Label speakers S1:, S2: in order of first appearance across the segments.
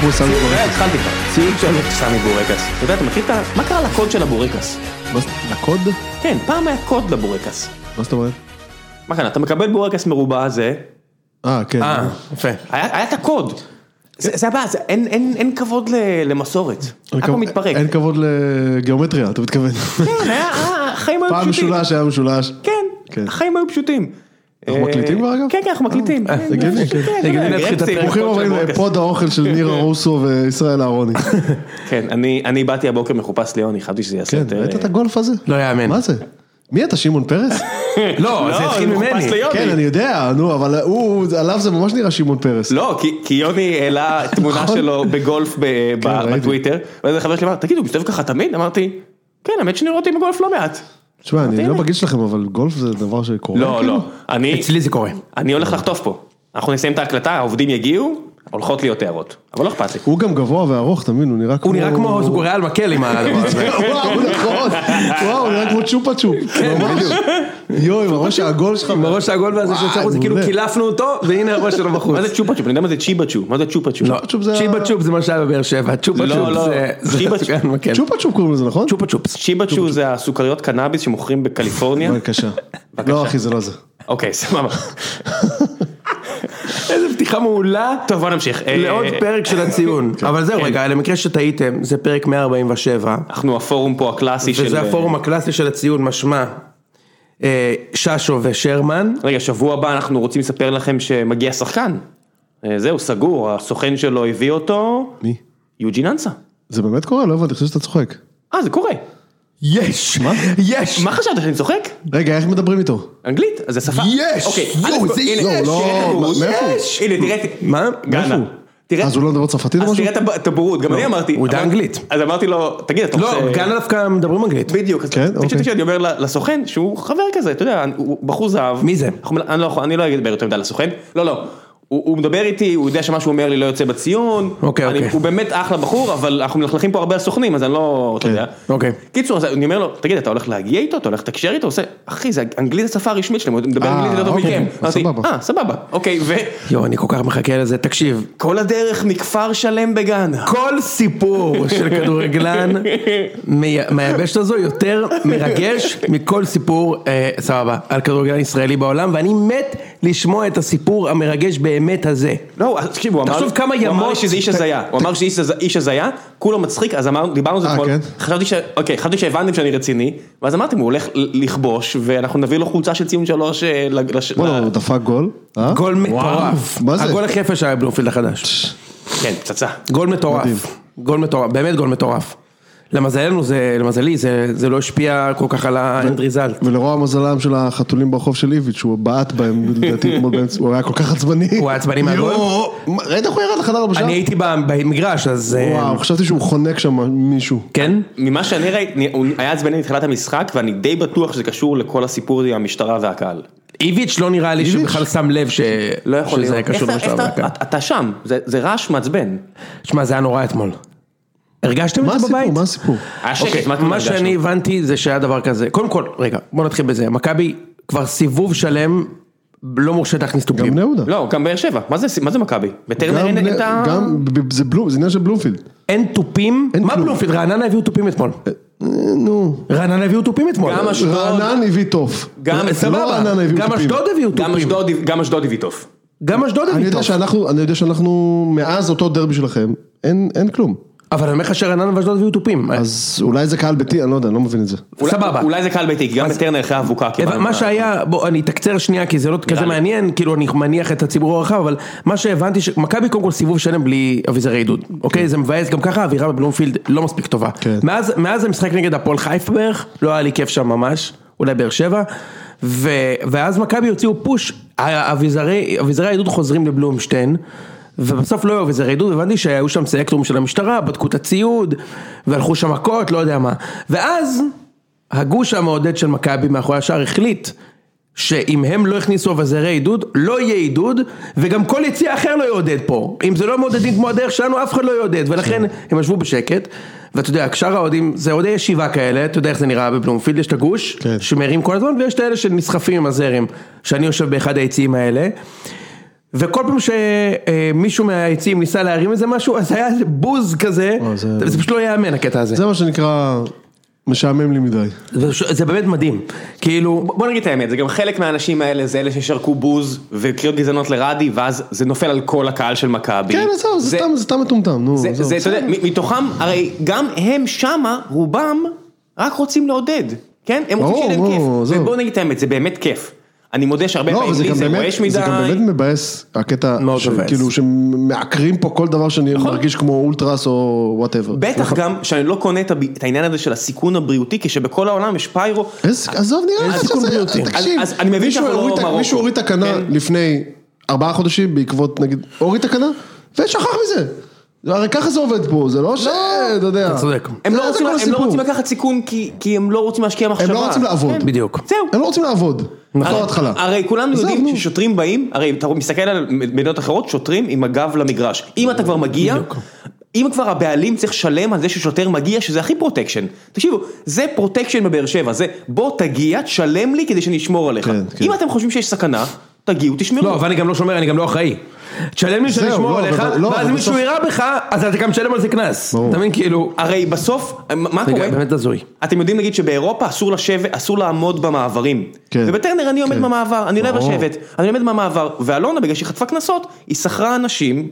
S1: כמו סמי בורקס.
S2: התחלתי כבר. ציון שלוש. סמי בורקס. אתה יודע, אתה מכיר את ה... מה קרה לקוד של הבורקס?
S1: מה זה- לקוד?
S2: כן, פעם היה קוד לבורקס.
S1: מה זאת אומרת?
S2: מה כאן, אתה מקבל בורקס מרובע זה,
S1: אה, כן.
S3: אה, יפה.
S2: היה היה את הקוד. זה זה הבעיה, זה- אין- אין אין כבוד ל- למסורת.
S1: אין
S2: הכל
S1: כב-
S2: מתפרק.
S1: אין כבוד לגיאומטריה, אתה מתכוון.
S2: כן, היה- אה, החיים היו
S1: פעם
S2: פשוטים.
S1: משולש היה משולש.
S2: כן,
S1: כן.
S2: החיים היו פשוטים.
S1: אנחנו
S2: אה,
S1: מקליטים כבר, אגב?
S2: כן, כן, אנחנו מקליטים.
S1: אה,
S2: כן,
S1: הגיוני,
S2: כן,
S1: כן.
S2: אתה יודע,
S3: הגיוני להתחיל את
S2: גרפסים,
S3: הפרק.
S1: ברוכים
S2: הכל של
S1: הבאים
S2: בורקס.
S1: לפוד האוכל של נירה רוסו וישראל אהרוני.
S2: כן, אני אני באתי הבוקר מחופש ליוני, חשבתי שזה יעשה
S1: כן,
S2: יותר... אה,
S1: ראית את הגולף הזה?
S3: לא יאמן.
S1: מה זה? מי אתה, שמעון פרס?
S3: לא, זה התחיל
S2: הוא מחופש
S3: ממני.
S2: ליוני.
S1: כן, אני יודע, נו, אבל הוא, עליו זה ממש נראה שמעון פרס.
S2: לא, כי- כי יוני העלה תמונה
S1: נכון.
S2: שלו בגולף ב-
S3: כן,
S2: ב-
S1: ראיתי.
S2: בטוויטר, ואיזה חבר שלי אמר, תגיד, הוא מסתובב ככה תמיד? אמרתי, כן, האמת שאני רואה אותי בגולף לא מעט.
S1: תשמע, אני
S2: הנה.
S1: לא בגיל שלכם, אבל גולף זה דבר שקורה.
S2: לא,
S1: כאילו?
S2: לא, אני
S3: כן, אצלי זה קורה.
S2: אני הולך לחטוף פה. אנחנו נסיים את ההקלטה, העובדים יגיעו, הולכות להיות הערות, אבל לא אכפת לי.
S1: הוא גם גבוה וארוך, אתה מבין? הוא נראה כמו...
S3: הוא נראה כמו גוריאל מקל עם הדבר הזה.
S1: וואו, נכון. וואו, הוא נראה כמו צ'ופה צ'ופ.
S3: כן,
S1: ממש. יואי, עם הראש העגול שלך.
S3: עם הראש העגול והזה שיוצא החוצה,
S1: וואי,
S3: כאילו
S1: מעולה.
S3: קילפנו אותו, והנה הראש שלו בחוץ.
S2: מה זה צ'ופה צ'ופ? אני יודע מה זה צ'יבה צ'ו, מה זה צ'ופה צ'ו?
S3: לא,
S1: צ'ופ זה ה-
S3: צ'יבה צ'ופ זה מה שהיה בבאר שבע, צ'ופה
S2: לא,
S3: צ'ופ
S2: לא.
S3: זה- זה
S2: צ'יבה
S3: הסוכריה
S2: צ'ופ.
S3: המקל.
S1: צ'ופה צ'ופ קוראים לזה, נכון?
S3: צ'ופה צ'ופס.
S2: צ'יבה צ'ו זה הסוכריות קנאביס שמוכרים
S3: כן.
S2: בקליפורניה.
S3: אוקיי.
S1: בבקשה. לא, אחי, זה לא זה.
S2: אוקיי, סבבה.
S3: איזה פתיחה מעולה.
S2: טוב, בוא נמשיך. אה,
S3: לעוד פרק של הציון, אבל זהו רגע, למקרה שטעיתם, זה פרק 147,
S2: אנחנו הפורום פה הקלאסי של... אה,
S3: וזה הפורום הקלאסי של הציון, משמע אה, ששו ושרמן,
S2: רגע, שבוע הבא אנחנו רוצים לספר לכם שמגיע שחקן. אה, זהו, סגור, הסוכן שלו הביא אותו,
S1: מי?
S2: יוג'ין אנסה.
S1: זה באמת קורה? לא הבנתי, חושב שאתה צוחק.
S2: אה, זה קורה.
S3: יש, יש,
S2: מה חשבת שאני צוחק?
S1: רגע, איך מדברים איתו?
S3: לא.
S2: אנגלית? אז זה שפה.
S3: יש!
S2: אוקיי,
S3: יואו,
S2: א',
S3: זה
S2: הנה,
S3: יש!
S2: תראה את
S1: לא,
S2: הבורות.
S1: מה- מאיפה הוא?
S2: יש! הנה, תראה,
S3: מה?
S2: גאנה.
S1: הוא?
S2: תראה,
S1: אז הוא לא מדבר צרפתית או
S2: אז
S1: משהו? לא,
S2: תראה את הב- את הבורות, גם אני אמרתי.
S3: הוא יודע
S2: אבל-
S3: אנגלית.
S2: אז אמרתי לו, תגיד, אתה רוצה...
S3: לא, גאנה דווקא מדברים אנגלית,
S2: בדיוק, אז
S1: כן,
S2: תקשיב,
S1: אוקיי.
S2: תקשיב, אני אומר ל- לסוכן שהוא חבר כזה, אתה יודע, הוא בחור זהב.
S3: מי זה?
S2: אנחנו- אני לא יכול, אני לא אדבר יותר מדי על הסוכן, לא, לא. הוא הוא מדבר איתי, הוא יודע שמה שהוא אומר לי לא יוצא בציון,
S3: אוקיי,
S2: אני-
S3: אוקיי.
S2: הוא באמת אחלה בחור, אבל אנחנו מלכלכים פה הרבה על סוכנים, אז אני לא, אתה
S1: כן.
S2: יודע.
S3: אוקיי.
S2: קיצור, אז אני אומר לו, תגיד, אתה הולך להגיע איתו, אתה הולך לתקשר איתו, הוא עושה, אחי, זה אנגלית השפה הרשמית שלהם, הוא מדבר
S1: אה,
S2: אנגלית יותר טוב
S1: אוקיי,
S2: מכם.
S1: אז
S2: אמרתי,
S1: סבבה.
S2: אה, סבבה, אוקיי,
S3: יואו אני כל כך מחכה לזה, תקשיב,
S2: וכל הדרך מכפר שלם בגאנה.
S3: כל סיפור של כדורגלן מי- מהיבשת הזו יותר מרגש מכל סיפור, אה, סבבה, על כדורגלן ישראלי בעולם, ואני מת לשמוע את הסיפור המרגש באמת הזה.
S2: לא, אז תקשיב, הוא אמר,
S3: תחשוב כמה
S2: הוא אמר לי
S3: ימות-
S2: שזה איש הזיה, הוא אמר שזה איש הז- איש הזיה, כולו מצחיק, אז אמרנו, דיברנו על זה
S1: אה,
S2: אתמול,
S1: כן?
S2: חשבתי ש... אוקיי, חשבתי שהבנתם שאני רציני, ואז אמרתם, הוא הולך ל- לכבוש, ואנחנו נביא לו חולצה של ציון שלוש, אה, לג- לש-
S1: בוא'נה,
S2: ל-
S1: הוא דפק גול. אה?
S3: גול מטורף,
S1: מה זה?
S3: הגול הכי יפה שהיה בבלומפילד החדש,
S2: כן, פצצה.
S3: גול מטורף,
S1: מדהים.
S3: גול מטורף, באמת גול מטורף. למזלנו זה, למזלי זה, זה לא השפיע כל כך על האנד ריזלט.
S1: ולרוע המזלם של החתולים ברחוב של איביץ', שהוא בעט בהם, לדעתי, אתמול באמצע, הוא היה כל כך עצבני.
S3: הוא היה עצבני מהגול?
S1: יואו, מה, ראית איך הוא ירד לחדר הבשל?
S3: אני הייתי ב- במגרש אז, אה,
S1: וואו, חשבתי שהוא חונק שם מישהו.
S3: כן?
S2: ממה שאני ראיתי, הוא היה עצבני מתחילת המשחק, ואני די בטוח שזה קשור לכל הסיפור עם המשטרה והקהל.
S3: איביץ' לא נראה לי שהוא
S1: איביץ'?
S3: בכלל שם לב ש...
S2: לא יכול
S3: שזה
S2: להיות.
S3: קשור
S2: איך אתה-
S3: למשטרה.
S2: איך אתה-
S1: כן.
S2: אתה- אתה שם, זה זה רעש מעצבן.
S3: שמע, זה היה נורא אתמול. הרגשתם
S1: מה
S3: את זה
S1: הסיפור?
S3: בבית?
S1: מה הסיפור?
S2: היה
S3: אוקיי,
S2: אה, שקט, מה אתם
S3: מה שאני הבנתי זה שהיה דבר כזה. קודם כל, רגע, בוא נתחיל בזה. מכבי כבר סיבוב שלם לא מורשית להכניס
S1: גם
S3: תופים.
S1: בני יהודה.
S2: לא, גם באר שבע, מה זה- מה זה מכבי? בטרנר
S1: גם
S2: אין
S1: בני-
S2: את ה...
S1: גם, ב- זה בלום- זה עניין של בלומפילד.
S3: אין תופים.
S1: אין
S3: מה
S1: כלום.
S3: בלומפילד? רעננה הביאו תופים אתמול.
S1: אה, נו,
S3: רעננה הביאו תופים אתמול. אה,
S2: גם אשדוד.
S1: רענן הביא טוב.
S2: גם-
S3: סבבה.
S1: לא רעננה הביאו
S3: גם
S1: תופים.
S3: אשדוד הביאו
S2: גם
S3: תופים.
S2: אשדוד- גם אשדוד הביא טוב.
S3: גם אשדוד
S1: אני
S3: הביאו
S1: יודע
S3: תופים.
S1: שאנחנו, אני יודע שאנחנו, מאז אותו דרבי שלכם, אין אין כלום.
S3: אבל אני אומר לך שרעננה ואשדוד הביאו תופים.
S1: אז אולי זה קהל ביתי, אני לא יודע, אני לא מבין את זה.
S2: אולי-
S3: סבבה.
S2: אולי זה קהל ביתי, כי גם בטרנר אחרי האבוקה.
S3: הבנ-
S2: קיבלנו
S3: מה
S2: את ה-
S3: שהיה, בוא אני אתקצר שנייה כי זה לא כזה
S2: לי.
S3: מעניין, כאילו אני מניח את הציבור הרחב, אבל מה שהבנתי שמכבי קודם כל סיבוב שלם בלי אביזרי עידוד, אוקיי? זה מבאס, גם ככה האווירה בבלומפילד לא מספיק טובה.
S1: כן.
S3: מאז- מאז המשחק נגד הפועל חיפה בערך, לא היה לי כיף שם ממש, אולי באר שבע, ו- ואז מכבי הוציאו פוש, ה- אביזרי אביזרי העידוד חוזרים לבלומשטיין. ובסוף לא היו אביזרי עדות, הבנתי שהיו שם סלקטורים של המשטרה, בדקו את הציוד, והלכו שם מכות, לא יודע מה. ואז הגוש המעודד של מכבי מאחורי השער החליט שאם הם לא הכניסו אביזרי עידוד, לא יהיה עידוד, וגם כל יציע אחר לא יעודד פה. אם זה לא מעודדים כמו הדרך שלנו, אף אחד לא יעודד, ולכן
S1: כן.
S3: הם ישבו בשקט. ואתה יודע, שאר האוהדים, זה אוהדי ישיבה כאלה, אתה יודע איך זה נראה בבלומפילד, יש את הגוש,
S1: כן.
S3: שמרים כל הזמן, ויש את האלה שנסחפים עם הזרם, שאני יושב באחד היציעים האלה. וכל פעם שמישהו מהיציעים ניסה להרים איזה משהו, אז היה איזה בוז כזה,
S1: אה, זה-
S3: זה פשוט לא ייאמן הקטע הזה.
S1: זה מה שנקרא, משעמם לי מדי.
S3: זה פשוט- זה באמת מדהים. כאילו,
S2: בוא נגיד את האמת, זה גם חלק מהאנשים האלה, זה אלה ששרקו בוז וקריאות גזענות לרדי, ואז זה נופל על כל הקהל של מכבי.
S1: כן, עזוב, זה סתם- זה סתם מטומטם, נו.
S2: זה,
S1: עזוב.
S2: זה, אתה יודע, מ- מתוכם, הרי גם הם שמה, רובם, רק רוצים לעודד, כן? הם רוצים
S1: ברור,
S2: שיהיה להם
S1: ברור,
S2: כיף.
S1: עזוב.
S2: ובואו נגיד את האמת, זה באמת כיף. אני מודה שהרבה
S1: לא, אבל
S2: פעמים
S1: זה
S2: לי
S1: גם
S2: זה
S1: באמת,
S2: רועש מדי.
S1: זה גם באמת מבאס, הקטע,
S3: מאוד
S1: ש-
S3: מבאס.
S1: כאילו שמעקרים פה כל דבר שאני מרגיש כמו אולטרס או וואטאבר.
S2: נכון. בטח גם שאני לא קונה את הב- את העניין הזה של הסיכון הבריאותי, כשבכל העולם יש פיירו.
S1: אה, איזה, עזוב נראה לך
S3: סיכון
S1: שזה,
S3: בריאותי.
S1: תקשיב,
S2: אז- אז אני מבין
S1: מישהו
S2: שאנחנו לא
S1: הוריד את-
S2: מרוקו.
S1: מישהו הוריד תקנה
S2: כן.
S1: לפני ארבעה חודשים בעקבות נגיד, הוריד תקנה ושכח מזה. הרי ככה זה עובד פה, זה לא ש... אתה יודע.
S3: אתה צודק.
S2: הם
S1: זה-
S2: לא
S1: זה
S2: רוצים-
S1: כל
S2: הם לא
S1: הסיפור.
S2: רוצים לקחת סיכון כי- כי הם לא רוצים להשקיע מחשבה.
S1: הם לא רוצים לעבוד.
S2: כן.
S3: בדיוק.
S2: זהו.
S1: הם לא רוצים לעבוד. נכון. התחלה.
S2: הרי כולנו
S1: עזוב,
S2: יודעים
S1: נו.
S2: ששוטרים באים, הרי אתה מסתכל על מדינות אחרות, שוטרים עם הגב למגרש. אם אתה כבר מגיע, אם כבר הבעלים צריך לשלם על זה ששוטר מגיע, שזה הכי פרוטקשן. תקשיבו, זה פרוטקשן בבאר שבע, זה בוא תגיע, תשלם לי כדי שנשמור עליך.
S1: כן, כן.
S2: אם אתם חושבים שיש סכנה, תגיעו, תשמרו.
S3: לא, אבל אני גם לא שומר, אני גם לא אחראי. תשלם לי
S1: זהו,
S3: שנשמור
S1: לא,
S3: עליך,
S1: אבל- לא,
S3: ואז
S1: אבל
S3: אם מישהו
S1: בסוף-
S3: יירה בך, אז אתה גם משלם על זה קנס.
S1: ברור.
S3: אתה מבין, כאילו...
S2: הרי בסוף, מה
S3: זה
S2: קורה?
S3: באמת הזוי.
S2: אתם יודעים נגיד שבאירופה אסור לשבת, אסור לעמוד במעברים.
S1: כן.
S2: ובטרנר אני עומד
S1: כן.
S2: במעבר, אני לא אוהב
S1: ברור.
S2: לשבת, אני עומד במעבר, ואלונה בגלל שהיא חטפה קנסות, היא שכרה אנשים,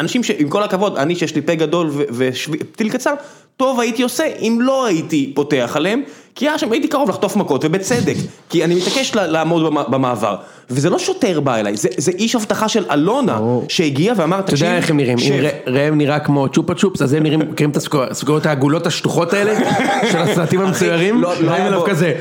S2: אנשים שעם כל הכבוד, אני שיש לי פה גדול וטיל קצר, טוב הייתי עושה אם לא הייתי פותח עליהם, כי היה שם, הייתי קרוב לחטוף מכות, ובצדק, כי אני מתעקש לה- לעמוד במע- במעבר. וזה לא שוטר בא אליי, זה, זה איש הבטחה של אלונה,
S1: ברור.
S2: שהגיע ואמר,
S3: אתה
S2: תקשיב,
S3: יודע איך הם נראים,
S2: שב."
S3: אם ר- ראם נראה כמו צ'ופה צ'ופס, אז הם נראים, מכירים את הסוכר- הסוכריות העגולות השטוחות האלה, של הסרטים המצוירים,
S2: לא- לא היה
S3: ראם אליו
S2: בו-
S3: כזה.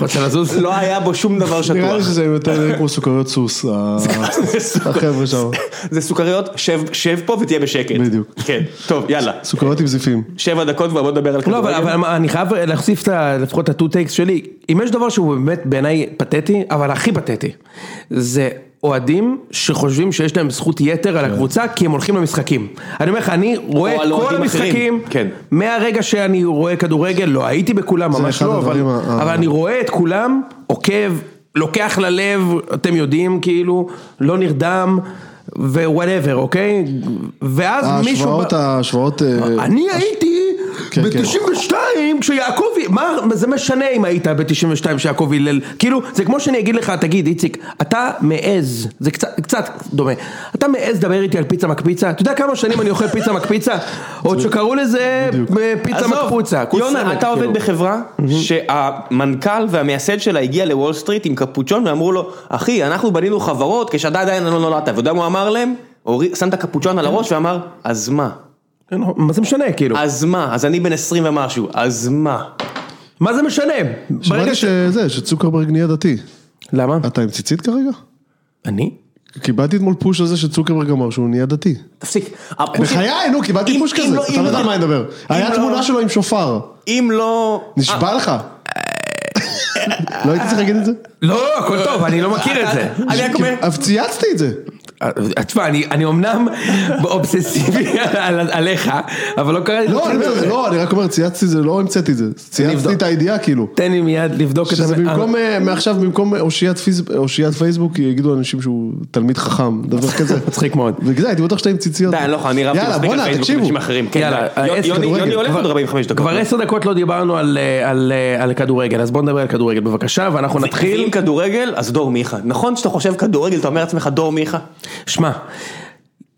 S3: רוצה לזוז?
S2: לא היה בו שום דבר שטוח.
S1: נראה לי שזה יותר כמו סוכריות סוס, ה- החבר'ה שם.
S2: זה סוכריות, שב, שב פה ותהיה בשקט.
S1: בדיוק.
S2: כן, טוב, יאללה.
S1: סוכריות עם זיפים.
S2: שבע דקות כבר בוא נדבר על
S3: לא, אבל, אבל מה, אני חייב להוסיף את ה- לפחות את הטו טייקס שלי. אם יש דבר שהוא באמת בעיניי פתטי, אבל הכי פתטי, זה אוהדים שחושבים שיש להם זכות יתר על
S1: כן.
S3: הקבוצה כי הם הולכים למשחקים. אני אומר לך, אני רואה
S2: על
S3: את כל
S2: אוהדים אחרים,
S3: המשחקים,
S2: כן.
S3: מהרגע שאני רואה כדורגל, לא הייתי בכולם, ממש
S1: אחד
S3: לא, אבל,
S1: הדברים ה-
S3: אבל
S1: ה-
S3: אני רואה את כולם, עוקב, לוקח ללב, אתם יודעים, כאילו, לא נרדם. ווואטאבר, אוקיי? ואז מישהו... ב-
S1: ההשוואות, ההשוואות... אה,
S3: אני הייתי
S1: כן, כן.
S3: ב-92 כשיעקב, מה זה משנה אם היית ב-92 כשיעקב הלל, כאילו זה כמו שאני אגיד לך, תגיד איציק, אתה מעז, זה קצת, קצת דומה, אתה מעז לדבר איתי על פיצה מקפיצה, אתה יודע כמה שנים אני אוכל פיצה מקפיצה? עוד שקראו לזה אה, פיצה מקפוצה, כוס סמק,
S2: יונה, אתה
S3: כאילו.
S2: עובד בחברה שהמנכ"ל והמייסד שלה הגיע לוול סטריט עם קפוצ'ון ואמרו לו, אחי, אנחנו בנינו חברות כשאתה עדיין לא נולדת. ואתה יודע מה הוא אמר להם? הוריד- שם את הקפוצ'ון על הראש ואמר, אז מה?
S3: כן, מה זה משנה כאילו,
S2: אז מה? אז אני בן 20 ומשהו, אז מה?
S3: מה זה משנה? ברגע
S1: שמעתי אה,
S3: ש...
S1: שזה, שצוקרברג נהיה דתי.
S3: למה?
S1: אתה עם ציצית כרגע?
S3: אני?
S1: קיבלתי אתמול פוש על זה שצוקרברג אמר שהוא נהיה דתי.
S2: תפסיק. אה, הפושים-
S1: בחיי, נו, קיבלתי
S2: אם-
S1: פוש
S2: אם
S1: כזה.
S2: לא-
S1: אתה
S2: אם
S1: לא יודע
S2: לא-
S1: על מה אני מדבר.
S2: אם
S1: היה
S2: לא-
S1: תמונה שלו עם שופר.
S2: אם לא...
S1: נשבע לך. לא הייתי צריך להגיד את זה?
S3: לא, הכל טוב, אני לא מכיר את זה.
S2: אני רק אומר,
S1: אז צייצתי את זה.
S3: אה, תשמע, אני, אני אמנם אובססיבי על, על, עליך, אבל לא קראתי
S1: לא, אני אומר, לא, אני רק אומר, צייצתי את זה, לא המצאתי את זה.
S3: נבדוק.
S1: צייצתי את הידיעה כאילו.
S3: תן לי מיד לבדוק את
S1: שזה
S3: זה.
S1: במקום, אה, מעכשיו, במקום אושיית פיז- אושיית פייסבוק, יגידו אנשים שהוא תלמיד חכם, דבר כזה.
S3: מצחיק מאוד.
S1: בגלל זה, הייתי בטוח שאתה עם ציציות.
S2: די, אני לא יכול, אני רבתי
S1: יאללה,
S2: מספיק על
S1: בואנה,
S2: פייסבוק עם
S1: תקשיבו.
S2: אנשים אחרים. כן,
S3: יאללה,
S2: די.
S3: עשר
S2: יוני-
S1: כדורגל.
S2: יוני הולך עוד 45 דקות.
S3: כבר עשר דקות לא דיברנו על, אה, על, אה, על כדורגל, אז בואו נדבר על כדורגל בבקשה, ואנחנו
S2: נתחיל
S3: נתחיל.
S2: עם כדורגל, אז דור מיכה. נכון שאתה חושב כדורגל, אתה אומר לעצמך דור מיכה?
S3: שמע,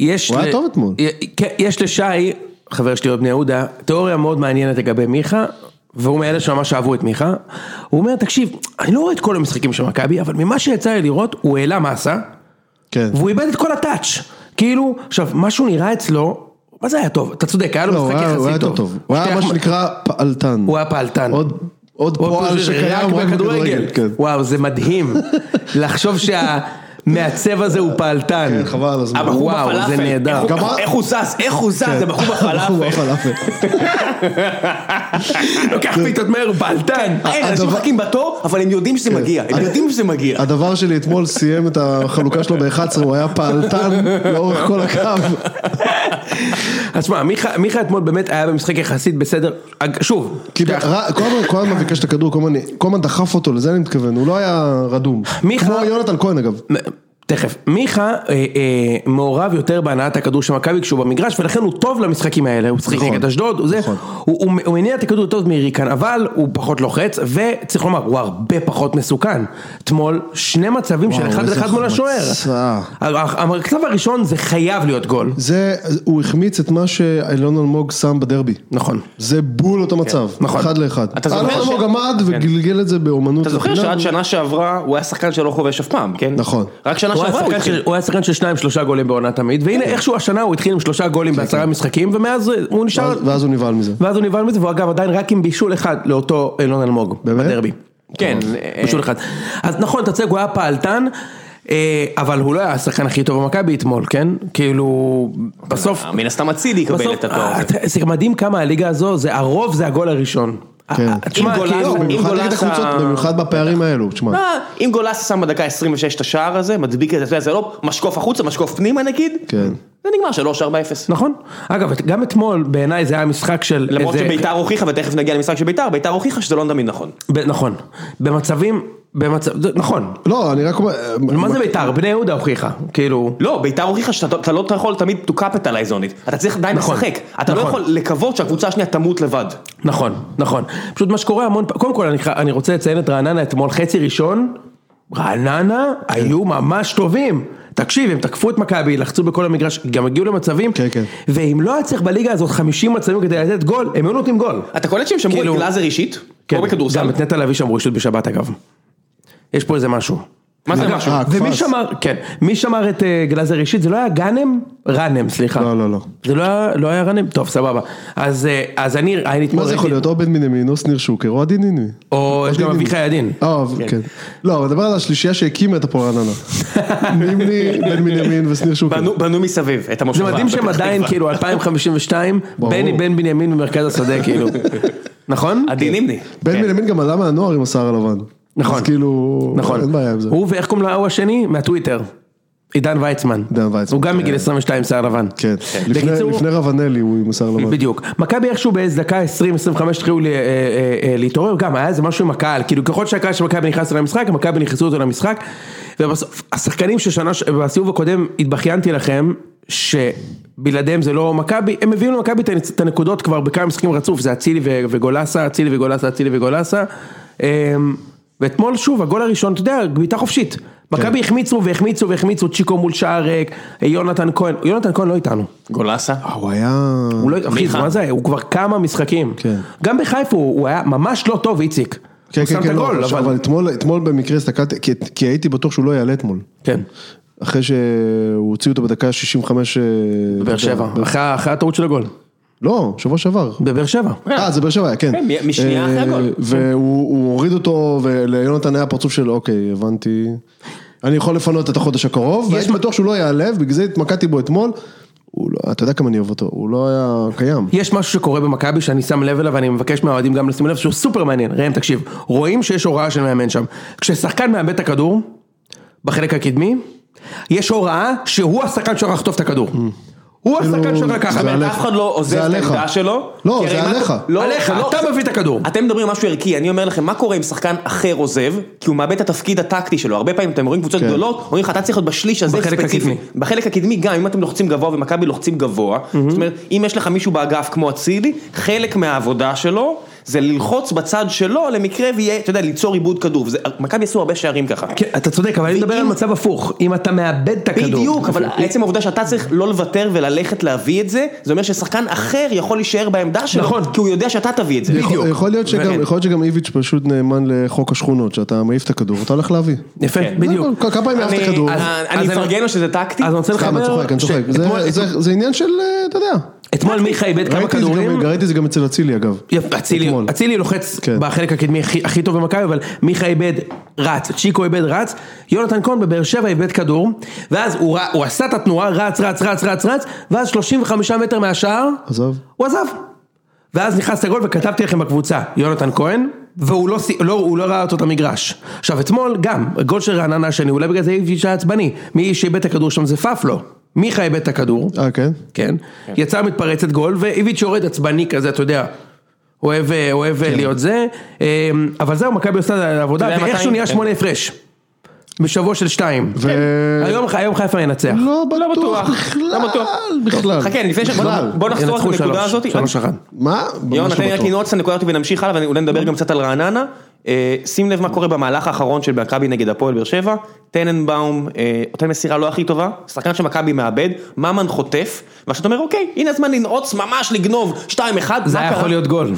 S3: יש...
S1: הוא היה
S3: ל-
S1: טוב אתמול.
S3: י- כן, יש לשי, חבר שלי עוד בני יהודה, תיאוריה מאוד מעניינת לגבי מיכה. והוא מאלה שממש אהבו את מיכה, הוא אומר, תקשיב, אני לא רואה את כל המשחקים של מכבי, אבל ממה שיצא לי לראות, הוא העלה מסה,
S1: כן.
S3: והוא איבד את כל הטאץ'. כאילו, עכשיו, משהו נראה אצלו, מה זה היה טוב? אתה צודק, היה
S1: לא,
S3: לו
S1: הוא
S3: משחק
S1: היה- הוא היה
S3: יחסית
S1: יותר
S3: טוב.
S1: טוב. הוא היה
S3: שתי
S1: מה
S3: החמ-
S1: שנקרא פעלתן.
S3: הוא היה פעלתן.
S1: עוד- עוד
S3: הוא
S1: פועל
S3: פשוט
S1: שקיים רק בכדורגל. כן.
S3: וואו, זה מדהים. לחשוב שהמעצב הזה הוא פעלתן.
S1: כן, חבל על הזמן.
S2: הבחור
S3: וואו,
S2: אה, בפלאפל.
S3: זה נהדר. כן.
S2: איך הוא-
S1: גם-
S2: איך הוא זז, איך הוא זז, זה בחור
S1: הבחור
S2: בפלאפל.
S1: בפלאפל.
S3: לוקח
S1: כן.
S3: פיתות מהר, הוא פעלתן.
S2: אין, אנשים
S1: הדבר- כן.
S2: מחכים בתור, אבל הם יודעים שזה מגיע. הם יודעים שזה מגיע.
S1: הדבר שלי אתמול סיים את החלוקה שלו ב-11, הוא היה פעלתן לאורך כל הקו.
S3: אה, אז שמע, מיכה- מיכה אתמול באמת היה במשחק יחסית בסדר. אג- שוב,
S1: כי
S2: כן.
S1: ר- כל הזמן- כל הזמן ביקש את הכדור, כל הזמן- כל הזמן דחף אותו, לזה אני מתכוון, הוא לא היה רדום.
S3: מיכה-
S1: כמו יונתן כהן אגב.
S3: תכף. מיכה אה, אה, מעורב יותר בהנעת הכדור של מכבי כשהוא במגרש, ולכן הוא טוב למשחקים האלה, הוא משחק
S1: נכון.
S3: נגד אשדוד, הוא זה,
S1: נכון.
S3: הוא, הוא, הוא מניע את הכדור יותר טוב מאיריקן, אבל הוא פחות לוחץ, וצריך לומר, הוא הרבה פחות מסוכן. אתמול, שני מצבים של
S1: וואו,
S3: אחד
S1: איזה
S3: לאחד מול השוער.
S1: החמצה.
S3: ה- המצב הראשון זה חייב להיות גול.
S1: זה, הוא החמיץ את מה שאילון אלמוג שם בדרבי.
S3: נכון.
S1: זה בול אותו מצב,
S3: נכון.
S1: אחד לאחד.
S2: כן, אתה זוכר
S1: אלון
S2: ש-
S1: אלמוג עמד
S2: כן.
S1: וגלגל את זה באומנות.
S2: אתה זוכר
S1: לפני.
S2: שעד שנה שעברה הוא היה שחקן שלא חובש אף פעם, כן?
S1: לא, נכון.
S2: רק שנה
S3: הוא כן. היה
S2: שעברה הוא
S3: שחקן של-
S2: התחיל.
S3: הוא היה שחקן של שניים שלושה גולים בעונה תמיד, והנה איכשהו השנה הוא התחיל עם שלושה גולים בעשרה משחקים, ומאז הוא נשאר,
S1: ואז- ואז הוא נבהל מזה.
S3: ואז הוא נבהל מזה, והוא אגב עדיין רק עם בישול אחד לאותו אילון אלמוג,
S1: באמת?
S3: בדרבי. כן, אה, בישול אחד. אז נכון, אתה צודק, הוא היה פעלתן. אה, אבל הוא לא היה השחקן הכי טוב במכבי אתמול, כן? כאילו, בסוף,
S2: אה, מן הסתם אצילי יקבל
S3: בסוף,
S2: את התואר הזה.
S3: אה, זה מדהים כמה הליגה הזו, זה הרוב זה הגול הראשון.
S1: כן.
S3: אה, תשמע,
S2: עם גולן-
S3: כאילו-
S1: לא,
S2: אם
S1: במיוחד נגד
S2: גולסה-
S1: הקבוצות, במיוחד בפערים האלו, תשמע.
S2: אה, אם גולסה שם בדקה 26 את השער הזה, מדביק את זה, אתה יודע, זה לא משקוף החוצה, משקוף פנימה נגיד,
S1: כן.
S2: זה נגמר 3-4-0.
S3: נכון. אגב, גם אתמול בעיניי זה היה משחק של...
S2: למרות
S3: איזה-
S2: שביתר הוכיחה, ותכף נגיע למשחק של ביתר, ביתר הוכיחה שזה לא תמיד נכון.
S3: ב- נכון. במצבים, במצב, זה- נכון.
S1: לא, אני רק אומר... לא,
S3: מה זה ביתר? בני יהודה הוכיחה, כאילו.
S2: לא, ביתר הוכיחה שאתה אתה לא יכול תמיד to capitalize on it, אתה צריך עדיין
S3: נכון.
S2: לשחק, אתה לא
S3: נכון.
S2: יכול לקוות שהקבוצה השנייה תמות לבד.
S3: נכון, נכון. פשוט מה שקורה המון פעמים, קודם כל אני, ח- אני רוצה לציין את רעננה אתמול, חצי ראשון, רעננה היו ממש טובים. תקשיב, הם תקפו את מכבי, לחצו בכל המגרש, גם הגיעו למצבים,
S1: כן, כן.
S3: ואם לא היה צריך בליגה הזאת 50 מצבים כדי לתת גול, הם היו נותנים גול.
S2: אתה קולט שהם שמרו את
S3: כאילו-
S2: גלאזר אישית?
S3: כן,
S2: כמו בכדורסל.
S3: גם את נטע לביא שמרו רשות בשבת אגב. יש פה איזה משהו.
S2: מה זה
S3: אגב,
S2: משהו?
S1: אה,
S3: ומי
S1: קפץ.
S3: שמר, כן, מי שמר את אה, גלאזר אישית, זה לא היה גאנם? ראנם, סליחה.
S1: לא, לא, לא.
S3: זה לא היה, לא היה ראנם? טוב, סבבה. אז, אה, אז אני, אני אתמול
S1: מה זה יכול להיות? או בן בנימין, או שניר שוקר, או עדי ניני.
S3: או יש גם
S1: ניני.
S3: אביחי עדין.
S1: אה, כן. לא, אבל דבר על השלישייה שהקימה את הפועל רעננה. נימני, בן בנימין ושניר שוקר.
S2: בנו- בנו מסביב את המושבה.
S3: זה מדהים שהם
S2: בפתח
S3: עדיין
S2: תקווה.
S3: כאילו 2052,
S1: ברור.
S3: בני בן בנימין במרכז השדה כאילו, נכון?
S2: עדי נימני.
S1: בן בנימין גם עלה מהנוער עם השיער הלבן.
S3: נכון.
S1: אז כאילו...
S3: נכון.
S1: אין בעיה עם זה.
S3: הוא ואיך קוראים להוא השני? מהטוויטר. עידן ויצמן.
S1: עידן ויצמן.
S3: הוא גם מגיל
S1: כן.
S3: 22 שיער לבן.
S1: כן. לפני-
S3: בקיצור-
S1: לפני רבנלי הוא עם השיער לבן.
S3: בדיוק. מכבי איכשהו באיזה דקה 20-25 התחילו ל- אה, אה, אה, להתעורר, גם היה איזה משהו עם הקהל, כאילו ככל שהקהל של מכבי נכנס למשחק, מכבי נכנסו אותו למשחק, ובסוף השחקנים ששנה, ש- בסיבוב הקודם התבכיינתי לכם, שבלעדיהם זה לא מכבי, הם הביאו למכבי את הנצ- את הנקודות כבר בכמה משחקים רצוף, זה אצילי ו- וגולסה, אצילי וגולסה, אצילי וגולסה. אמ, ואתמול שוב, הגול הראשון, אתה יודע, בעיטה חופשית. מכבי החמיצו והחמיצו והחמיצו, צ'יקו מול שער ריק, יונתן כהן, יונתן כהן לא איתנו.
S2: גולסה.
S1: אה, הוא היה...
S3: הוא לא, אחי,
S2: מיכה.
S3: מה זה, הוא כבר כמה משחקים.
S1: כן.
S3: גם בחיפה הוא הוא היה ממש לא טוב, איציק.
S1: כן,
S3: הוא
S1: כן,
S3: שם את
S1: כן, לא,
S3: הגול,
S1: עכשיו,
S3: אבל...
S1: אבל אתמול- אתמול במקרה הסתכלתי, כי- כי הייתי בטוח שהוא לא יעלה אתמול.
S3: כן,
S1: אחרי שהוא הוציא אותו בדקה 65... אה,
S3: בבאר שבע.
S1: ב-
S3: אחרי אחרי הטעות של הגול.
S1: לא, שבוע שעבר.
S3: בבאר שבע.
S1: אה, זה באר שבע, כן.
S2: כן, מ- משנייה אחרי
S1: אה,
S2: הגול.
S1: והוא הוא הוריד אותו, וליונתן היה פרצוף של, אוקיי, הבנתי. אני יכול לפנות את החודש הקרוב, והייתי בטוח שהוא לא ייעלב, בגלל זה התמקדתי בו אתמול. הוא לא- אתה יודע כמה אני אוהב אותו, הוא לא היה קיים.
S3: יש משהו שקורה במכבי שאני שם לב אליו ואני מבקש מהאוהדים גם לשים לב שהוא סופר מעניין, ראם תקשיב, רואים שיש הוראה של מאמן שם, כששחקן מאבד את הכדור, בחלק הקדמי, יש הוראה שהוא השחקן שהולך לחטוף את הכדור, הוא השחקן
S2: כן,
S3: שהולך לקחת,
S1: כאילו, זה
S2: זאת אומרת,
S1: עליך.
S2: אף אחד לא
S1: זה
S2: עוזב את
S1: עליך.
S2: העמדה שלו.
S1: לא,
S2: כי הרי
S1: זה
S2: מה-
S1: עליך.
S2: לא,
S3: עליך,
S2: זה לא-
S3: אתה מביא את הכדור.
S2: אתם מדברים על משהו ערכי, אני אומר לכם, מה קורה אם שחקן אחר עוזב, כי הוא מאבד את התפקיד הטקטי שלו, הרבה פעמים אתם רואים קבוצות
S1: כן.
S2: גדולות, אומרים לך, אתה צריך להיות בשליש הזה
S3: בחלק
S2: ספציפי.
S3: הקדמי. Mhm.
S2: בחלק הקדמי גם, אם אתם לוחצים גבוה ומכבי לוחצים גבוה, זאת אומרת, אם יש לך מישהו באגף כמו אצילי, חלק מהעבודה שלו, זה ללחוץ בצד שלו, למקרה ויהיה, אתה יודע, ליצור עיבוד כדור, וזה- מכבי עשו הרבה שערים ככה.
S3: כן, אתה צודק, אבל אני מדבר
S2: ואם-
S3: על מצב הפוך, אם אתה מאבד את הכדור,
S2: בדיוק, אבל עצם העובדה שאתה צריך לא לוותר וללכת להביא את זה, זה אומר ששחקן אחר יכול להישאר בעמדה שלו,
S3: נכון.
S2: כי הוא יודע שאתה תביא את זה.
S1: יכול- יכול להיות שגם-
S3: וכן.
S1: יכול להיות שגם איביץ' פשוט נאמן לחוק השכונות, שאתה מעיף את הכדור, אתה הולך להביא.
S3: יפה,
S2: כן.
S3: בדיוק.
S1: כ- כמה פעמים אה, אהבת
S2: אני-
S1: כדור.
S2: אז-
S3: אז
S2: אה, אני
S3: אני-
S2: מפרגן לו שזה טקטי.
S3: אז אני רוצה
S1: סתם, אני
S3: לחבר,
S1: צוחק, אני צוחק. זה-
S3: שאתמול-
S1: זה- זה עניין של, אה, אתה יודע.
S3: אתמול מיכה איבד כמה
S1: ראיתי את זה גם-
S3: כדורים,
S1: ראיתי את זה גם אצל אצילי אגב.
S3: יפה, אצילי-
S1: אתמול.
S3: אצילי לוחץ
S1: כן.
S3: בחלק הקדמי הכי- הכי טוב במכבי, אבל מיכה איבד רץ, צ'יקו איבד רץ, יונתן כהן בבאר שבע איבד כדור, ואז הוא ר- הוא עשה את התנועה, רץ, רץ, רץ, רץ, רץ, ואז 35 מטר מהשער,
S1: עזב.
S3: הוא עזב. ואז נכנס לגול וכתבתי לכם בקבוצה, יונתן כהן, והוא לא, סי- לא, הוא לא ראה אותו את המגרש. עכשיו אתמול גם, הגול של רעננה השני, אולי בגלל זה איביץ' היה עצבני, מי שאיבד את הכדור שם זה פפלו, מיכה איבד את הכדור,
S1: אה, כן?
S3: כן, יצא מתפרצת גול, ואיביץ' יורד עצבני כזה, אתה יודע. אוהב, אה, אוהב אה, להיות זה, אה, אבל זהו, מכבי עושה את העבודה,
S2: אתה יודע מתי?
S3: ואיכשהו נהיה
S2: כן.
S3: שמונה הפרש. בשבוע של שתיים.
S1: ו-
S3: היום היום חיפה ינצח.
S1: לא
S2: לא
S1: בטוח,
S2: בטוח, לא בטוח.
S1: בכלל, בכלל.
S2: חכה, לפני ש... בוא-
S1: בכלל.
S2: בוא נחזור
S3: ינצחו
S2: על הנקודה
S3: שלוש,
S2: הזאת.
S3: שלוש אחת.
S1: מה?
S2: יונה,
S1: ממש
S2: תן לי
S1: לא
S2: רק
S1: בטוח.
S2: לנעוץ את הנקודה הזאת ונמשיך הלאה, ואולי נדבר גם קצת על רעננה. אה, שים לב מה קורה במהלך האחרון של מכבי נגד הפועל באר שבע, טננבאום אה, נותן מסירה לא הכי טובה, שחקן שמכבי מאבד, ממן חוטף, ועכשיו אתה אומר אוקיי, הנה הזמן לנעוץ ממש לגנוב 2-1,
S3: זה
S2: מה
S3: היה
S2: קרה?
S3: יכול להיות גול.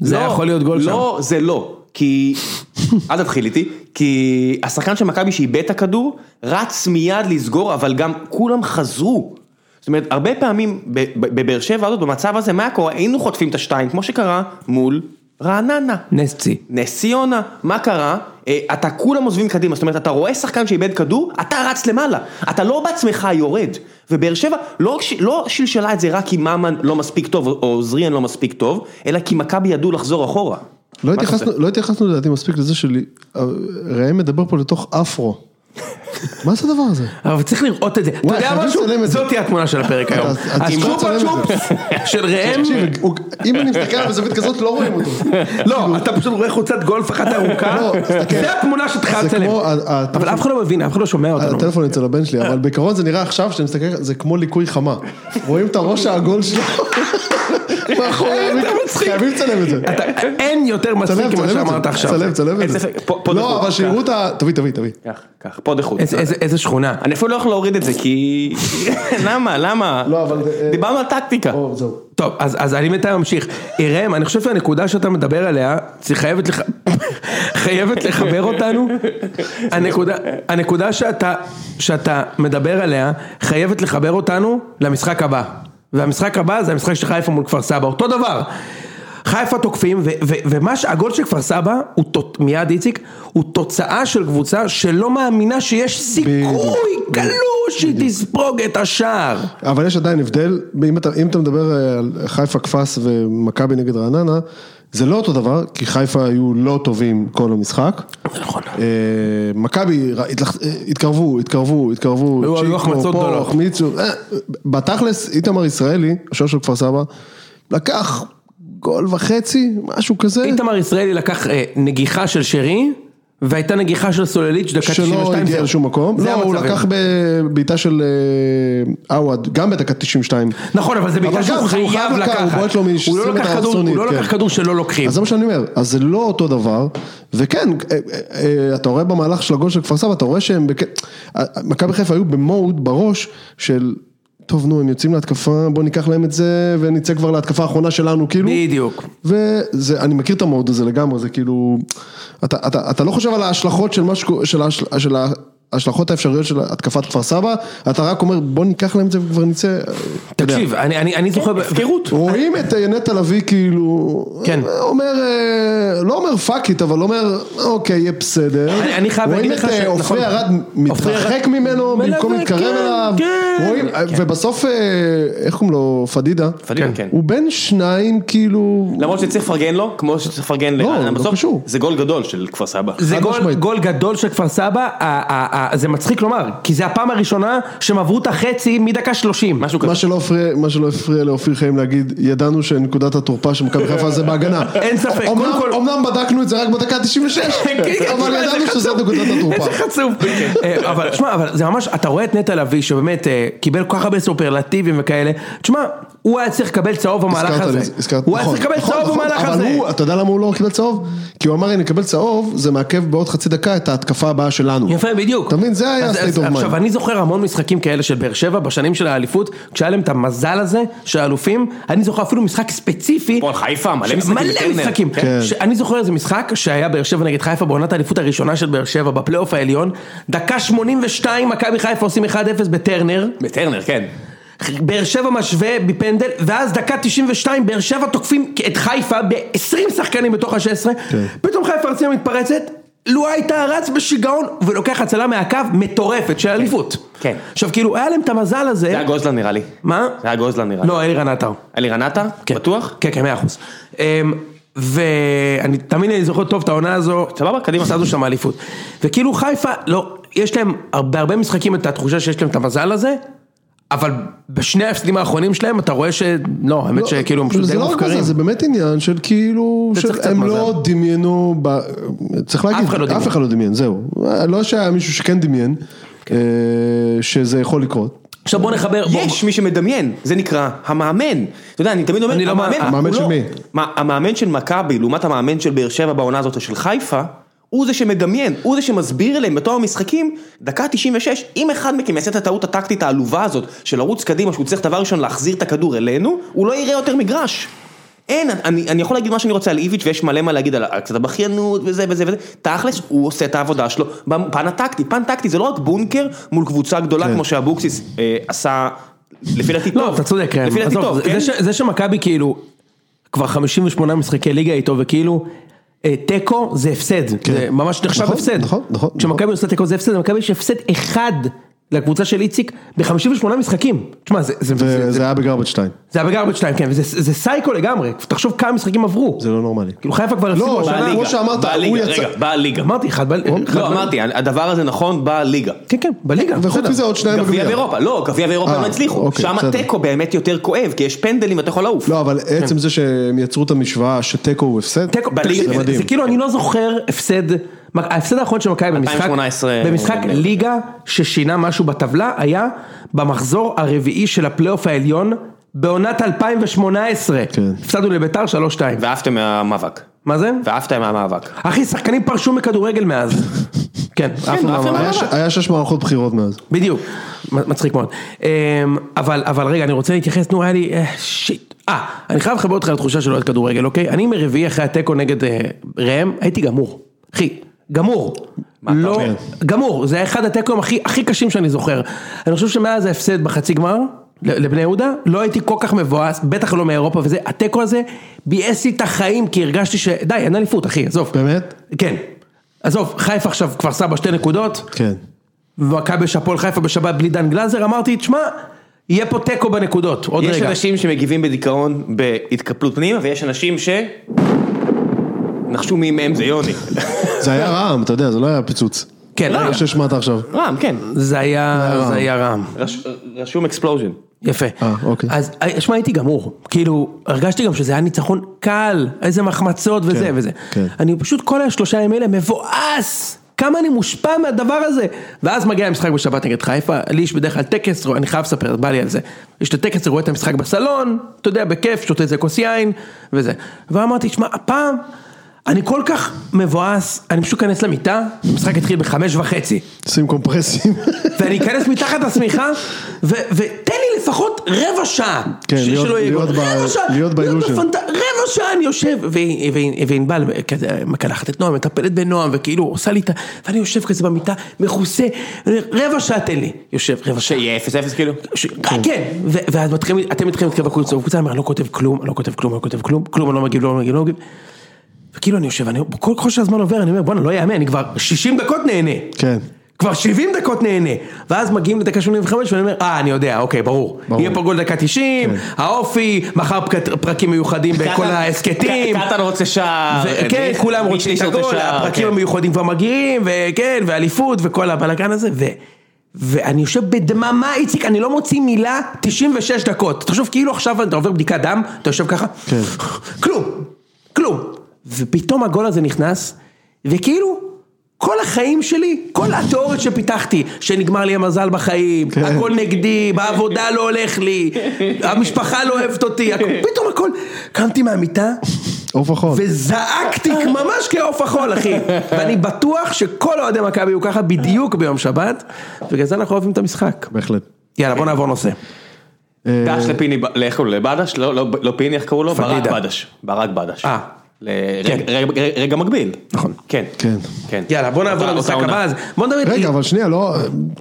S3: זה
S2: לא,
S3: היה יכול להיות גול שם.
S2: לא, זה לא. כי, אל תתחיל איתי, כי השחקן של מכבי שאיבד את הכדור, רץ מיד לסגור, אבל גם כולם חזרו. זאת אומרת, הרבה פעמים ב- ב- בבאר שבע הזאת, במצב הזה, מה היה קורה? היינו חוטפים את השתיים, כמו שקרה מול רעננה.
S3: נס צי.
S2: נס ציונה, מה קרה? אה, אתה כולם עוזבים קדימה, זאת אומרת, אתה רואה שחקן שאיבד כדור, אתה רץ למעלה, אתה לא בעצמך יורד. ובאר שבע לא, רק ש- לא שלשלה את זה רק כי ממן לא מספיק טוב, או זריאן לא מספיק טוב, אלא כי מכבי ידעו לחזור אחורה.
S1: לא
S2: מה אתה
S1: התייחסנו- לא התייחסנו לדעתי מספיק לזה שלי, ראם מדבר פה לתוך אפרו. מה זה הדבר הזה?
S3: אבל צריך לראות את זה. אתה
S1: וואי,
S3: יודע
S1: חייבים
S3: משהו?
S1: לצלם את זה.
S3: זאת תהיה התמונה של הפרק היום.
S1: אז- אז תשמע,
S3: הצ'ופר
S1: תצלם את זה.
S3: צ'ופס של ראם.
S1: תקשיב, הוא- אם אני מסתכל עליו בזווית כזאת לא רואים אותו.
S3: לא, אתה פשוט רואה חולצת גולף אחת ארוכה.
S1: לא, תסתכל.
S3: זה התמונה שצריך
S1: זה
S3: לצלם.
S1: כמו ה- ה-
S3: אבל אף אחד לא מבין, אף אחד לא שומע אותנו.
S1: הטלפון אצל הבן שלי, אבל בעיקרון זה נראה עכשיו שאתה מסתכל, זה כמו ליקוי חמה. רואים את הראש העגול שלו מאחורי
S3: אתה
S1: המיקרופון,
S3: מצחיק.
S1: חייבים לצלם את זה.
S3: אתה- אין יותר מצחיק
S1: צלם,
S3: ממה
S1: צלם את
S3: שאמרת
S1: זה.
S3: עכשיו.
S1: צלם, צלם
S2: אין
S1: את זה.
S2: ספק, פה- פה
S1: לא,
S2: דקות,
S1: אבל שיראו את ה... תביא, תביא, תביא.
S2: קח, קח, פה דחוץ.
S3: איזה- איזה- איזה שכונה.
S2: אני אפילו לא יכול להוריד את זה, כי... למה, למה?
S1: לא, אבל זה-
S2: דיברנו על טקטיקה.
S1: או, זהו.
S3: טוב, אז, אז אני בינתיים אמשיך. ראם, אני חושב שהנקודה שאתה מדבר עליה, היא חייבת, לח... חייבת לחבר אותנו. הנקודה, הנקודה שאתה, שאתה מדבר עליה, חייבת לחבר אותנו למשחק הבא. והמשחק הבא זה המשחק של חיפה מול כפר סבא, אותו דבר. חיפה תוקפים, ו- ו- ומה שהגול של כפר סבא, הוא תות, מיד איציק, הוא תוצאה של קבוצה שלא מאמינה שיש סיכוי קלוש שהיא תספוג את השער.
S1: אבל יש עדיין הבדל, אם אתה, אם אתה מדבר אה, על חיפה קפס ומכבי נגד רעננה, זה לא אותו דבר, כי חיפה היו לא טובים כל המשחק.
S3: נכון.
S1: אה, מכבי ר- התלח- אה, התקרבו, התקרבו, התקרבו,
S3: היו- היו החמצות גדולות.
S1: החמיצו, אה, בתכלס איתמר ישראלי, השוער של כפר סבא, לקח גול וחצי, משהו כזה,
S3: איתמר ישראלי לקח אה, נגיחה של שרי, והייתה נגיחה של סולליץ' דקה 92.
S1: שלא הגיע
S3: זהו.
S1: לשום מקום,
S3: זה
S1: לא, הוא
S3: המצב.
S1: לקח בבעיטה של אה, עווד, גם בדקה 92.
S3: נכון, אבל זה בעיקר
S1: אבל גם,
S3: שהוא
S1: הוא
S3: חייב
S1: חייב לקחת,
S3: לקחת.
S1: הוא בועט לו מ-
S3: הוא לא
S1: 20
S3: לקח
S1: מטר
S3: כדור- הוא
S1: ארצונית,
S3: לא
S1: כן.
S3: לקח כדור שלא לוקחים.
S1: אז זה מה שאני אומר, אז זה לא אותו דבר, וכן, אה, אה, אה, אתה רואה במהלך של הגול של כפר סבא, אתה רואה שהם, בק- אה, מכבי חיפה היו במוד בראש של, טוב נו, הם יוצאים להתקפה, בוא ניקח להם את זה, ונצא כבר להתקפה האחרונה שלנו, כאילו.
S3: בדיוק.
S1: וזה, אני מכיר את המוד הזה לגמרי, זה כאילו, אתה, אתה, אתה לא חושב על ההשלכות של מה שקו- של, ההשל- של ההשלכות האפשריות של התקפת כפר סבא, אתה רק אומר בוא ניקח להם את זה וכבר נצא. אה, אתה יודע.
S3: תקשיב, אני- אני אני זוכר... הפקרות.
S1: רואים את אה, נטע לביא כאילו,
S3: כן.
S1: אה, אומר, אה, לא אומר פאק איט, אבל אומר, אוקיי, יהיה בסדר.
S3: אני- אני חייב להגיד לך
S1: רואים את
S3: ש-
S1: אה,
S3: נכון.
S1: עופרי ארד
S3: עופרי
S1: מתרחק
S3: ארד-
S1: ממנו
S3: מלווה,
S1: במקום להתקרב
S3: כן,
S1: אליו.
S3: כן.
S1: רואים, אה, ובסוף, אה, איך קוראים לו, פדידה.
S2: פדידה, כן.
S1: הוא בין שניים כאילו,
S2: למרות שצריך לפרגן לו, כמו שצריך לפרגן
S1: לא,
S2: לרעננה
S1: לא
S2: בסוף,
S1: קשור.
S2: זה גול גדול של כפר סבא.
S3: זה
S1: חד
S3: גול-
S1: משמעית.
S3: גול גדול של כפר סבא, ה- ה- ה- זה מצחיק לומר, כי זה הפעם הראשונה שהם עברו את החצי מדקה שלושים.
S2: משהו כזה.
S1: מה שלא הפריע, מה שלא הפריע לאופיר חיים להגיד, ידענו שנקודת התורפה של מכבי חיפה זה בהגנה.
S3: אין ספק, קודם
S1: אמנם-
S3: כל- כן,
S1: אמנם בדקנו את זה רק בדקה ה-96, אבל ידענו שזו נקודת התורפה.
S3: איזה חצוף.
S1: כן.
S3: אה, אבל שמע, אבל זה ממש, אתה רואה את נטע לביא שבאמת אה, קיבל כל כך הרבה סופרלטיבים וכאלה, תשמע, הוא היה צריך לקבל צהוב במהלך
S1: הזכרת לי,
S3: הזה.
S1: הזכרת-
S3: הוא היה
S1: נכון,
S3: צריך לקבל
S1: נכון,
S3: צהוב
S1: נכון,
S3: במהלך
S1: אבל
S3: הזה.
S1: הוא, אתה יודע למה הוא לא קיבל צהוב? כי הוא אמר, אני אקבל צהוב, זה מעכב בעוד חצי דקה את ההתקפה הבאה שלנו.
S3: יפה, בדיוק.
S1: אתה מבין? זה היה
S3: אז-
S1: state
S3: אז
S1: of mind.
S3: עכשיו, אני זוכר המון משחקים כאלה של באר שבע בשנים של האליפות, כשהיה להם את המזל הזה של האלופים, אני זוכר אפילו משחק ספציפי.
S2: הפועל חיפה, מלא משחקים בטרנר.
S3: מלא משחקים.
S1: כן.
S3: ש- אני זוכר איזה משחק שהיה באר שבע נגד חיפה בעונת האליפות הראשונה של באר שבע בפלייאוף העליון, דקה 82 מכבי חיפה עושים 1-0 בטרנר.
S2: בטרנר, כן.
S3: באר שבע משווה בפנדל, ואז דקה 92 באר שבע תוקפים את חיפה ב-20 שחקנים בתוך ה-16,
S1: כן.
S3: פתאום חיפה ארציה מתפרצת, לואה הייתה רץ בשיגעון ולוקח הצלה מהקו מטורפת של אליפות.
S2: כן.
S3: עכשיו כאילו היה להם את המזל הזה,
S2: זה היה גוזלן נראה לי.
S3: מה?
S2: זה היה גוזלן נראה לי.
S3: לא אלירן עטר.
S2: אלירן עטר?
S3: כן.
S2: בטוח?
S3: כן, כן, מאה אחוז. אמ, ואני, תאמין לי, אני זוכר טוב את העונה הזו.
S2: סבבה, קדימה.
S3: הפסדנו שם אליפות. וכאילו חיפה, לא, יש להם, בהרבה משחקים את התחושה שיש להם את המזל הזה, אבל בשני ההפסדים האחרונים שלהם אתה רואה שלא, האמת שכאילו הם פשוט
S1: זה
S3: די
S1: לא רק
S3: מופקרים.
S1: מזל, זה באמת עניין של כאילו,
S3: זה
S1: של-
S3: צריך קצת
S1: הם
S3: מזל.
S1: לא דמיינו, ב- צריך להגיד,
S3: אחד לא דמיין.
S1: אף אחד לא דמיין, זהו. לא שהיה מישהו שכן דמיין,
S3: כן.
S1: אה, שזה יכול לקרות.
S3: עכשיו בוא נחבר, בוא-
S2: יש מי שמדמיין, זה נקרא המאמן. אתה יודע, אני תמיד אומר,
S3: אני לא מאמין.
S2: הוא
S1: המאמן
S2: לא-
S1: של מי?
S2: מה, המאמן של מכבי, לעומת המאמן של באר שבע בעונה הזאת או של חיפה, הוא זה שמדמיין, הוא זה שמסביר להם בתום המשחקים, דקה 96, אם אחד מכם יעשה את הטעות הטקטית העלובה הזאת של לרוץ קדימה, שהוא צריך דבר ראשון להחזיר את הכדור אלינו, הוא לא יראה יותר מגרש. אין, אני, אני יכול להגיד מה שאני רוצה על איביץ' ויש מלא מה להגיד על, על קצת הבכיינות וזה וזה וזה, תכלס הוא עושה את העבודה שלו בפן הטקטי, פן טקטי זה לא רק בונקר מול קבוצה גדולה
S1: כן.
S2: כמו שאבוקסיס אה, עשה, לפי דעתי
S3: לא,
S2: טוב.
S3: אתה צודק, ראם.
S2: לפי דעתי
S3: עזוב,
S2: טוב,
S3: זה-
S2: כן?
S3: זה ש- זה שמכבי כאילו, כבר 58 משחקי ליגה איתו, וכאילו, אה, תיקו זה הפסד, זה ממש נחשב
S1: נכון,
S3: הפסד.
S1: נכון, נכון,
S3: כשמכבי עושה תיקו זה הפסד, למכבי יש הפסד אחד לקבוצה של איציק ב-58 משחקים. תשמע, זה- זה- זה
S1: וזה היה בגרבג' 2,
S3: זה היה בגרבג' 2, כן, וזה זה סייקו לגמרי, תחשוב כמה משחקים עברו.
S1: זה לא נורמלי.
S3: כאילו חיפה כבר
S1: לא,
S3: הפסידו,
S1: אבל-
S2: בליגה,
S1: כמו שאמרת, הוא
S2: בליגה,
S1: יצא-
S2: רגע, בליגה.
S3: אמרתי, אחד בל... אחד
S2: לא,
S3: בל-
S2: אמרתי, הדבר הזה נכון בליגה.
S3: כן, כן, בליגה.
S1: וחוץ
S3: בסדר.
S1: מזה עוד שניים
S2: גביע
S1: בגביע.
S2: ואירופה, לא, גביע ואירופה
S1: אה,
S2: הם לא הצליחו,
S1: אוקיי,
S2: שם
S1: בסדר.
S2: התיקו באמת יותר כואב, כי יש פנדלים אתה יכול לעוף.
S1: לא, אבל עצם זה שהם יצרו את המשוואה שתיקו הוא הפסד,
S3: כן. תיקו,
S2: בליגה,
S3: תקשיב,
S1: זה מדהים.
S3: זה כאילו אני לא זוכר הפסד, ההפסד האחרון של מכבי במשחק,
S2: 2018,
S3: במשחק
S2: בני יהודה.
S3: ליגה ששינה משהו בטבלה היה במחזור הרביעי של הפלייאוף העליון בעונת 2018,
S1: כן.
S3: הפסדנו לביתר 3-2,
S2: ועפתם מהמאבק,
S3: מה זה?
S2: ועפתם מהמאבק.
S3: אחי שחקנים פרשו מכדורגל מאז, כן, עפנו
S2: עפנו
S3: מהמאבק.
S1: לא היה ש- היה שש מערכות בחירות מאז.
S3: בדיוק, מ- מצחיק מאוד. אמ, אבל, אבל רגע, אני רוצה להתייחס, נו, היה לי, אה, שיט. אה, אני חייב לחבר אותך לתחושה של אוהד כדורגל, אוקיי? אני מרביעי אחרי התיקו נגד אה, ראם, הייתי גמור. אחי, גמור.
S2: אתה
S3: לא,
S2: אומר?
S3: גמור, זה היה אחד התיקואים הכי, הכי קשים שאני זוכר. אני חושב שמאז ההפסד בחצי גמר, ל- לבני יהודה, לא הייתי כל כך מבואס, בטח לא מאירופה וזה, התיקו הזה ביאס לי את החיים, כי הרגשתי ש... די, אין אליפות, אחי, עזוב.
S1: באמת?
S3: כן. עזוב, חיפה עכשיו כפר סבא שתי נקודות,
S1: כן.
S3: ומכבי יש הפועל חיפה בשבת בלי דן גלאזר, אמרתי, תשמע, יהיה פה תיקו בנקודות, עוד
S2: יש
S3: רגע.
S2: אנשים שמגיבים בדיכאון בהתקפלות פנימה, ויש אנשים ש... נחשו מי מהם זה יוני.
S1: זה היה רעם, אתה יודע, זה לא היה פיצוץ.
S3: כן,
S2: לא.
S1: מה שהשמעת עכשיו.
S2: רם, כן.
S3: זה היה, זה היה רם,
S2: רש- רשום אקספלוז'ן.
S3: יפה.
S1: אה, אוקיי.
S3: אז אה, שמע, הייתי גמור, כאילו, הרגשתי גם שזה היה ניצחון קל, איזה מחמצות וזה
S1: כן,
S3: וזה.
S1: כן.
S3: אני פשוט כל השלושה ימים האלה מבואס, כמה אני מושפע מהדבר הזה. ואז מגיע המשחק בשבת נגד חיפה, לי יש בדרך כלל טקס, אני חייב לספר, בא לי על זה. יש את הטקס, רואה את המשחק בסלון, אתה יודע, בכיף, שותה איזה כוס יין וזה. ואמרתי, שמע, הפעם... אני כל כך מבואס, אני פשוט אכנס למיטה, המשחק התחיל בחמש וחצי,
S1: שים קומפרסים.
S3: ואני אכנס מתחת לשמיכה, ו- ותן לי לפחות רבע שעה.
S1: כן,
S3: ש-
S1: להיות-
S3: שלא יהיה
S1: להיות
S3: גול.
S1: ב-
S3: רבע שעה,
S1: להיות באילושן.
S3: בפנט- רבע שעה אני יושב, והיא- והיא- וענבל כזה מקלחת את נועם, מטפלת בנועם, וכאילו עושה לי את ה... ואני יושב כזה במיטה, מכוסה, רבע שעה תן לי. יושב רבע שעה.
S2: שיהיה 0-0 כאילו.
S3: ש- כן, ו- ואז מתחילים, אתם מתחילים להתקרב בקבוצה, ובקבוצה אומר, אני לא כותב כלום, אני לא כותב כלום, אני לא כותב כלום, כלום, אני לא מגיב, לא מגיב, לא מגיב. וכאילו אני יושב, אני, כל כל שהזמן עובר, אני אומר, בואנה, לא יאמן, אני כבר 60 דקות נהנה.
S1: כן.
S3: כבר 70 דקות נהנה, ואז מגיעים לדקה 85 ואני אומר, אה, אני יודע, אוקיי, ברור.
S1: ברור. כן.
S3: יהיה פה גול דקה 90, האופי, מחר פק- פרקים מיוחדים בכל
S2: קטן-
S3: ההסכתים.
S2: ק- קטן רוצה שער. אה,
S3: ו- כן,
S2: מיש-
S3: כולם רוצים את
S2: מישהו רוצה
S3: הגול,
S2: שער,
S3: הפרקים
S2: כן.
S3: המיוחדים כבר מגיעים, וכן, ואליפות, וכל הבלאגן הזה, ו... ואני יושב בדממה, איציק, אני לא מוציא מילה 96 דקות. תחשוב, כאילו עכשיו אתה עובר בדיקת דם, אתה יושב ככה,
S1: כן.
S3: כלום, כלום. ופתאום הגול הזה נכנס, וכאילו, כל החיים שלי, כל התיאוריות שפיתחתי, שנגמר לי המזל בחיים,
S1: כן.
S3: הכל נגדי, בעבודה לא הולך לי, המשפחה לא אוהבת אותי, הכל, פתאום הכל, קמתי מהמיטה,
S1: עוף החול.
S2: נכון.
S3: וזעקתי ממש כעוף החול, אחי. ואני בטוח שכל אוהדי מכבי היו ככה בדיוק ביום שבת, בגלל זה אנחנו אוהבים את המשחק.
S1: בהחלט.
S3: יאללה, בוא נעבור נושא.
S1: אה,
S2: דש לפיני, ב- לאיך קוראים לו? לבדש? לא- לא לא פיני, איך קראו לו? ברק
S3: פדידה.
S2: בדש. ברק בדש.
S3: אה.
S2: ל- רגע- רגע- רגע מקביל.
S3: נכון.
S2: כן.
S1: כן.
S2: כן.
S3: יאללה, בוא נעבור
S2: אותה-
S3: למשחק
S2: אותה
S3: הבא,
S2: עונה.
S3: אז בוא נדבר...
S1: רגע, אבל שנייה, לא,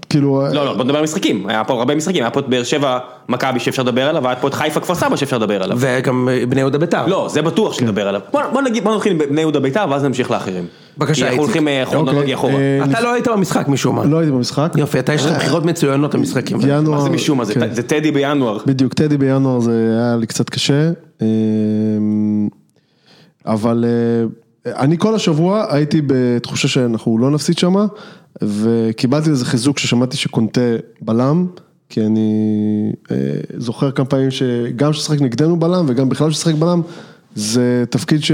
S1: כאילו,
S2: לא, לא, בוא נדבר על משחקים. היה פה הרבה משחקים. היה פה את באר שבע, מכבי שאפשר לדבר עליו, היה פה את חיפה, כפר סבא שאפשר לדבר עליו.
S3: וגם אה, בני יהודה ביתר.
S2: לא, זה בטוח
S1: כן.
S2: שנדבר עליו. בוא בוא נגיד, בוא נתחיל עם בני יהודה בית"ר, ואז נמשיך לאחרים.
S3: בבקשה,
S2: כי אנחנו
S3: איציק.
S2: הולכים אה, כרונולוגיה
S1: אוקיי,
S2: אחורה.
S1: אה,
S3: אתה לא היית במשחק משום מה.
S1: לא הייתי במשחק. אה,
S3: יופי, אתה יש לך בחירות מצוינות למשחקים.
S1: ינואר.
S2: מה זה משום מה? זה
S1: כן.
S2: ט- זה טדי בינואר.
S1: בדיוק, טדי בינואר זה היה לי קצת קשה, אה, אבל אה, אני כל השבוע הייתי בתחושה שאנחנו לא נפסיד שמה, וקיבלתי איזה חיזוק ששמעתי שקונטה בלם, כי אני אה, זוכר כמה פעמים שגם כששחק נגדנו בלם וגם בכלל כששחק בלם, זה תפקיד ש...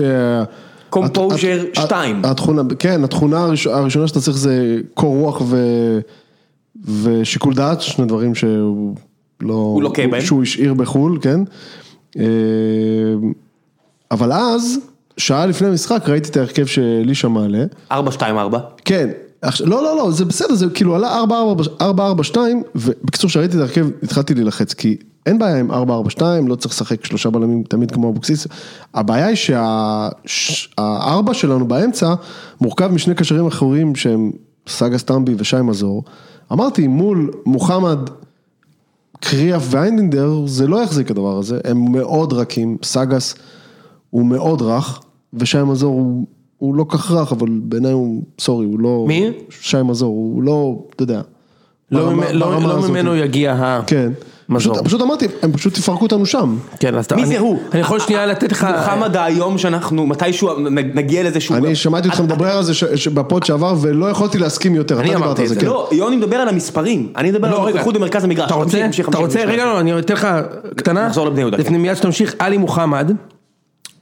S2: Composure
S1: הת- הת-
S2: שתיים.
S1: התכונה, כן, התכונה הראש- הראשונה שאתה צריך זה קור רוח ו... ושיקול דעת, שני דברים שהוא לא... הוא
S2: לוקה בהם.
S1: שהוא השאיר בחו"ל, כן. אה, אבל אז, שעה לפני המשחק, ראיתי את ההרכב שאלישע מעלה.
S2: 4-2-4.
S3: אה.
S1: כן, עכשיו, לא, לא, לא, זה בסדר, זה כאילו עלה 4-4-2, ובקיצור, כשראיתי את ההרכב, התחלתי להילחץ, כי אין בעיה עם 4-4-2, לא צריך לשחק שלושה בלמים תמיד כמו אבוקסיס. הבעיה היא שהארבע שלנו באמצע מורכב משני קשרים אחוריים שהם סאגה סטמבי ושי מזור. אמרתי, מול מוחמד קריאף ואיינדינדר, זה לא יחזיק הדבר הזה, הם מאוד רכים, סאגס הוא מאוד רך, ושי מזור הוא, הוא לא כך רך, אבל בעיניי הוא, סורי, הוא לא...
S3: מי?
S1: שי מזור, הוא לא, אתה יודע.
S3: לא
S1: ברמה-
S3: ממ- לא-
S1: ברמה
S3: לא
S1: הזאת.
S3: ממנו יגיע ה...
S1: כן.
S3: מזור.
S1: פשוט, פשוט אמרתי, הם פשוט יפרקו אותנו שם.
S3: כן, אז אתה...
S2: מי
S3: אני-
S2: זה הוא? אה,
S3: אני יכול שנייה לתת לך...
S2: מוחמד היום שאנחנו, מתישהו נ- נגיע לזה שהוא...
S1: אני שמעתי אותך מדבר על זה ש- ש- בפוד שעבר, ולא יכולתי להסכים יותר.
S3: אני
S1: אתה דיברת
S3: אמרתי
S1: על
S3: את זה.
S1: כן.
S2: לא, יוני מדבר על המספרים, אני מדבר על
S3: לא, רגע.
S2: הנוכחות במרכז המגרש.
S3: אתה רוצה?
S2: תמשיך, תמשיך,
S3: אתה
S2: תמשיך,
S3: רוצה?
S2: תמשיך.
S3: רגע, לא, אני אתן לך קטנה.
S2: נחזור לבני יהודה, כן.
S3: לפני מיד שתמשיך, עלי מוחמד,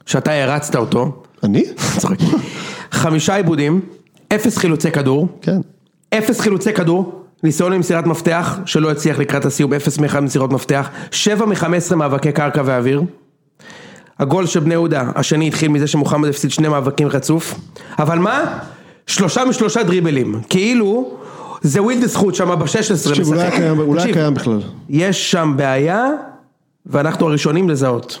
S3: שאתה הרצת אותו,
S1: אני?
S3: צוחק. חמישה עיבודים, אפס חילוצי כדור,
S1: כן.
S3: אפס חילוצי כדור, ניסיון למסירת מפתח, שלא הצליח לקראת הסיום, אפס מאחד מסירות מפתח, שבע מחמש עשרה מאבקי קרקע ואוויר. הגול של בני יהודה, השני התחיל מזה שמוחמד הפסיד שני מאבקים רצוף, אבל מה? שלושה משלושה דריבלים, כאילו זה ווילדס חוט שם ב-16 משחק.
S1: תקשיב, אולי היה קיים- אולי היה
S3: תקשיב,
S1: קיים בכלל.
S3: יש שם בעיה, ואנחנו הראשונים לזהות.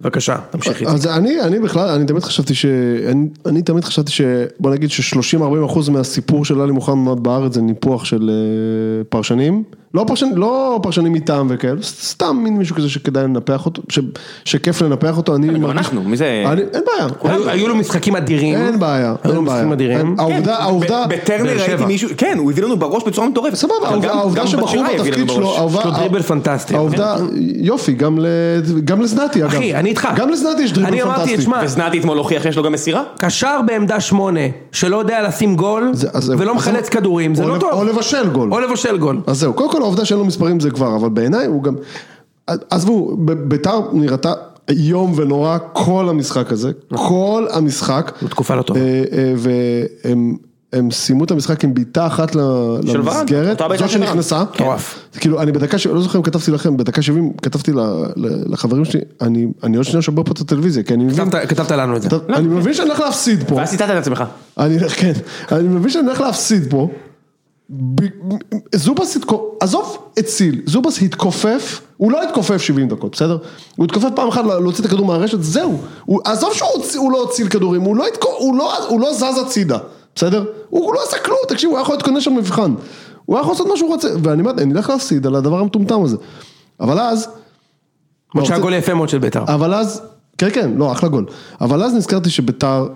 S3: בבקשה, תמשיכי.
S1: אז אני, אני בכלל, אני תמיד חשבתי ש... אני, אני תמיד חשבתי ש... בוא נגיד ש-30-40 אחוז מהסיפור של עלי מוחמד בארץ זה ניפוח של אה, פרשנים. לא, פרשנ, לא פרשנים מטעם וכאלה, ס- סתם מין מישהו כזה שכדאי לנפח אותו, ש, שכיף לנפח אותו, אני... מרגיש-
S2: אנחנו, אה, מי זה-
S1: אני, אין בעיה.
S3: היו- היו לו משחקים אדירים.
S1: אין בעיה,
S3: היו לו
S1: אין בעיה.
S3: משחקים אדירים.
S1: אין- העובדה, העובדה,
S2: כן, בטרנר
S3: באר
S2: ראיתי
S3: שבע.
S2: מישהו, כן, הוא הביא לנו בראש בצורה מטורפת.
S1: סבבה,
S2: אבל
S1: העובדה-
S2: גם-
S1: העובדה
S2: גם
S1: שבחרו
S2: בשירה הביא לנו
S1: בתפקיד
S2: בראש.
S1: שלו, העובדה-
S3: יש לו דריבל פנטסטי.
S1: העובדה, יופי, גם, ל, גם לזנתי אגב.
S3: אחי, אני איתך.
S1: גם לזנתי יש דריבל
S3: אני
S1: פנטסטי.
S3: אמרתי, תשמע,
S2: וזנתי אתמול הוכיח שיש לו גם מסירה.
S3: קשר בעמדה שמונה, שלא יודע לשים גול,
S1: זה- אז זה-
S3: ולא
S1: אז
S3: מחלץ
S1: זה-
S3: כדורים, זה
S1: או
S3: לא
S1: לב-
S3: טוב.
S1: או לבשל גול. אה,
S3: או לבשל גול.
S1: אז זהו, קודם כל העובדה שאין לו מספרים זה כבר, אבל בעיניי הוא גם... עזבו, ב- ביתר נראתה איום ונורא כל המשחק הזה,
S2: נכון.
S1: כל המשחק.
S3: תקופה לא טובה.
S1: אה, אה, והם הם סיימו את המשחק עם בעיטה אחת ל-
S2: של ורן,
S1: למסגרת,
S2: אותה בעיטה
S1: זו
S2: של ורן.
S1: שנכנסה.
S3: מטורף.
S1: זה כאילו, אני בדקה, ש- לא זוכר אם כתבתי לכם, בדקה 70 כתבתי ל- ל- לחברים שלי, אני אני עוד שנייה שובר פה את הטלוויזיה, כי אני מבין...
S3: כתבת- כתבת לנו את זה.
S1: כתב- אני מבין שאני הולך להפסיד פה.
S2: ואז ציטטת את עצמך.
S1: אני, כן, אני מבין שאני הולך להפסיד פה. ב, זובס התכופף, עזוב הציל, זובס התכופף, הוא לא התכופף 70 דקות, בסדר? הוא התכופף פעם אחת לה- להוציא את הכדור מהרשת, זהו. הוא, עזוב שהוא הוציא- הוא לא הציל כדורים, הוא לא, התכו, הוא, לא, הוא לא זז הצידה, בסדר? הוא לא עשה כלום, תקשיב, הוא היה יכול להתכונן שם מבחן. הוא היה יכול לעשות מה שהוא רוצה, ואני אומר, אני הולך להפסיד על הדבר המטומטם הזה. אבל אז,
S3: למרות
S1: רוצה-
S3: שהגול יפה מאוד של בית"ר.
S1: אבל אז, כן כן, לא, אחלה גול. אבל אז נזכרתי שביתר,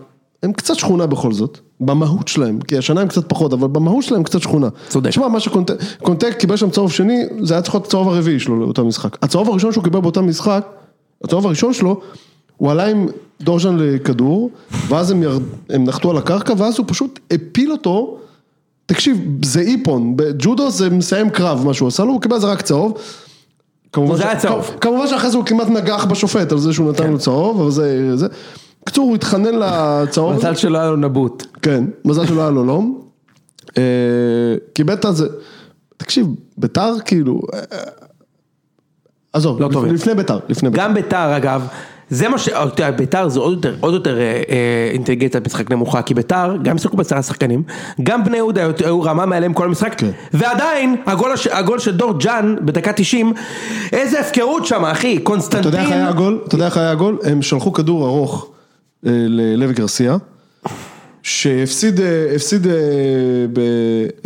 S1: הם קצת שכונה בכל זאת, במהות שלהם, כי השנה הם קצת פחות, אבל במהות שלהם קצת שכונה.
S3: צודק.
S1: תשמע, מה שקונטה קונטה קיבל שם צהוב שני, זה היה צריך להיות הצהוב הרביעי שלו לאותו משחק. הצהוב הראשון שהוא קיבל באותו משחק, הצהוב הראשון שלו, הוא עלה עם דורז'ן לכדור, ואז הם, ירד, הם נחתו על הקרקע, ואז הוא פשוט הפיל אותו. תקשיב, זה איפון, בג'ודו זה מסיים קרב מה שהוא עשה לו, הוא קיבל על זה רק צהוב. כמובן
S3: זה
S1: ש-
S3: היה צהוב.
S1: כמובן שאחרי זה הוא כמעט נגח בשופט על זה שהוא נתן
S3: כן.
S1: לו צהוב, אבל זה... זה. בקיצור, הוא התחנן לצהוב.
S3: מזל שלא היה לו נבוט.
S1: כן, מזל שלא היה לו לום. אה, כי ביתר זה... תקשיב, ביתר כאילו... אה, אה, עזוב,
S3: לא
S1: לפ-
S3: טובים.
S1: לפני ביתר, לפני ביתר.
S3: גם ביתר אגב, זה מה ש... אה, אתה יודע, ביתר זה עוד יותר, עוד יותר אה, אה, אינטליגנציית משחק נמוכה, כי ביתר גם שיחקו בעשרה שחקנים, גם בני יהודה היו- היו רמה מעליהם כל המשחק,
S1: כן.
S3: ועדיין הגול, הש... הגול של דור ג'אן בדקה 90, איזה הפקרות שם אחי,
S1: אתה
S3: קונסטנטין,
S1: יודע איך היה הגול? אתה יודע איך היה הגול? הם שלחו כדור ארוך אה, ללוי גרסיה, שהפסיד, אה, הפסיד, אה, ב...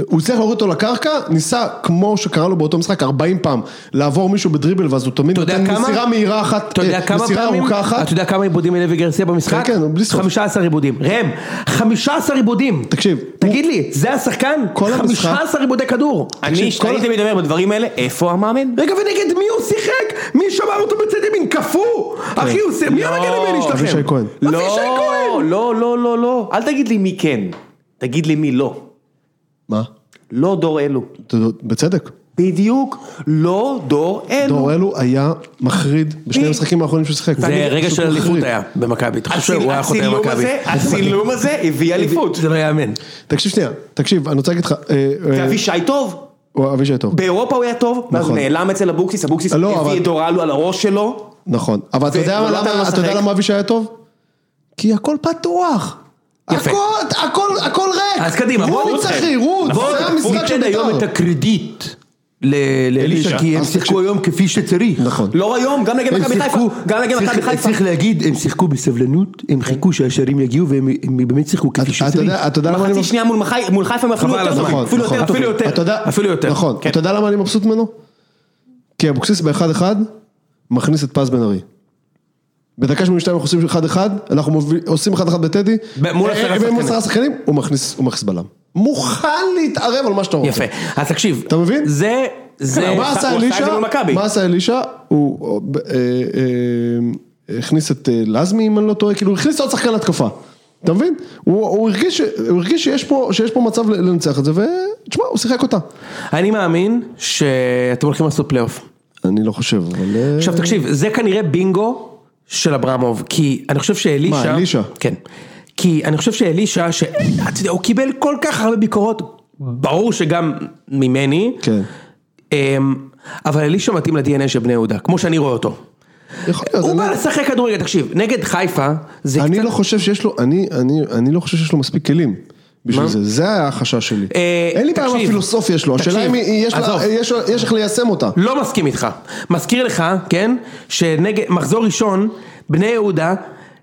S1: הוא הצליח להוריד אותו לקרקע, ניסה, כמו שקרה לו באותו משחק, 40 פעם, לעבור מישהו בדריבל, ואז הוא תמיד
S3: אתה יודע
S1: נותן
S3: כמה?
S1: מסירה מהירה אחת,
S3: אתה יודע
S1: אה,
S3: כמה
S1: מסירה
S3: פעמים,
S1: ארוכה אחת.
S3: אתה יודע כמה עיבודים אלוי וגרסיה במשחק?
S1: כן, כן, בלי סוף.
S3: 15 עיבודים, ראם, 15 עיבודים,
S1: תקשיב,
S3: תגיד לי, זה השחקן?
S1: כל המשחק-
S3: 15 עיבודי כדור,
S2: אני, כשאני תמיד אומר בדברים האלה, איפה המאמן?
S3: רגע, ונגד מי הוא שיחק? מי שמר אותו בצד ימין? קפוא! אחי, הוא שיחק... מי המגן ימין
S1: כן.
S3: יש לכם?
S1: לא, אבישי כהן.
S3: אבישי
S2: לא,
S3: כהן!
S2: לא, לא, לא, לא. אל תגיד לי מי כן, תגיד לי מי לא.
S1: מה?
S2: לא דור אלו.
S1: אתה יודע, בצדק.
S2: בדיוק, לא דור אלו.
S1: דור אלו היה מחריד בשני
S2: מי?
S1: המשחקים האחרונים שהוא שיחק.
S3: זה רגע
S1: פשוט
S3: של אליפות
S1: מחריד.
S3: היה במכבי, אתה חושב שהוא היה חותם
S2: הצילום
S3: במכבי.
S2: הזה, הצילום הזה הביא אליפות.
S3: זה לא יאמן.
S1: תקשיב שנייה, תקשיב, אני רוצה להגיד לך, אה, אה,
S2: ואבישי טוב,
S1: הוא אבישי טוב,
S2: באירופה הוא היה טוב, ואז הוא
S1: נכון.
S2: נעלם אצל אבוקסיס, אבוקסיס
S1: לא,
S2: הביא
S1: אבל-
S2: את דור אלו על הראש שלו.
S1: נכון, אבל אתה
S2: ו-
S1: יודע
S2: ולא
S3: לא
S1: למה-
S2: נתן לו
S1: אתה יודע
S2: לשחק.
S1: למה אבישי היה טוב? כי הכל פתוח.
S3: יפה.
S1: הכל, הכל, הכל ריק.
S3: אז קדימה, בוא
S1: רוץ
S3: נתחיל.
S1: אחי, רוץ,
S3: בוא
S1: זה המשחק של
S3: ניתן היום את
S1: בית"ר.
S3: הקרדיט ל- לאלישע,
S2: אלישע.
S4: כי הם
S1: אז תקשיב.
S4: שיחקו היום כפי שצריך.
S1: נכון.
S2: לא היום, גם נגד
S4: הם
S2: מכבי חיפה,
S4: שיחקו,
S2: גם נגד
S4: צריך-
S2: מכבי חיפה.
S4: צריך להגיד, הם שיחקו בסבלנות, הם חיכו שהשערים יגיעו והם הם באמת שיחקו
S1: כן. אתה-
S4: כפי
S1: אתה
S4: שצריך.
S1: יודע- אתה יודע למה אני...
S2: מחצית
S1: מבסוט?
S2: שנייה מול מחי- מול חיפה הם אפילו
S3: חבל על
S2: יותר טובים,
S3: הזמן.
S2: אפילו יותר, אפילו יותר.
S1: אתה יודע-
S3: אפילו יותר.
S1: נכון,
S3: כן.
S1: אתה יודע למה אני מבסוט ממנו? כי אבוקסיס באחד אחד מכניס את פז בן ארי. בדקה 82 אנחנו עושים 1-1, אנחנו מוביל- עושים 1-1 בטדי,
S3: ב- מול עשרה
S1: אה, אה,
S3: שחקנים.
S1: מול עשרה שחקנים, הוא מכניס הוא מכניס בלם. מוכן להתערב על מה שאתה רוצה.
S3: יפה, אז תקשיב.
S1: אתה מבין? כן,
S3: זה, זה,
S1: מה עשה
S2: הוא עשה את זה
S1: אלישע?
S2: מול מכבי.
S1: מה עשה אלישע? הוא אה, אה, הכניס את אה, לזמי אם אני לא טועה, כאילו הוא הכניס עוד שחקן להתקפה. אתה מבין? הוא הוא הרגיש ש- הוא הרגיש שיש פה שיש פה מצב ל- לנצח את זה, ותשמע, הוא שיחק אותה.
S3: אני מאמין שאתם הולכים לעשות פלייאוף.
S1: אני לא חושב, אבל... אה,
S3: עכשיו תקשיב, זה כנראה בינגו של אברמוב, כי אני חושב שאלישע...
S1: מה, אלישע?
S3: כן. כי אני חושב שאלישע, שאתה יודע, הוא קיבל כל כך הרבה ביקורות, ברור שגם ממני,
S1: כן.
S3: אמ, אבל אלישע מתאים ל-DNA של בני יהודה, כמו שאני רואה אותו.
S1: יכול להיות,
S3: הוא
S1: אני-
S3: בא לשחק כדורגל, תקשיב, נגד חיפה, זה
S1: לא, אני
S3: קצת...
S1: לא חושב שיש לו, אני, אני, אני לא חושב שיש לו מספיק כלים. בשביל
S3: מה?
S1: זה, זה היה החשש שלי.
S3: אה,
S1: אין לי בעיה עם
S3: תקשיב.
S1: הפילוסופיה שלו, השאלה
S3: תקשיב,
S1: אם היא- יש לה-
S3: עזוב.
S1: יש לה- יש איך ליישם אותה.
S3: לא מסכים איתך. מזכיר לך, כן, שנגד, מחזור ראשון, בני יהודה,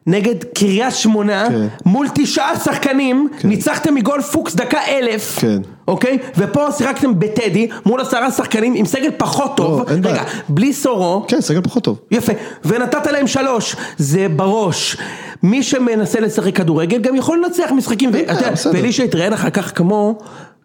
S3: נגד קריית שמונה,
S1: כן.
S3: מול תשעה שחקנים, ניצחתם מגול פוקס דקה אלף,
S1: כן.
S3: אוקיי? ופה שיחקתם בטדי, מול עשרה שחקנים, עם סגל פחות טוב,
S1: לא, אין
S3: רגע,
S1: בעיה.
S3: בלי סורו,
S1: כן, סגל פחות טוב.
S3: יפה, ונתת להם שלוש, זה בראש. מי שמנסה לשחק כדורגל גם יכול לנצח משחקים, ואתה יודע,
S1: בסדר.
S3: ואלישע התראיין אחר כך כמו...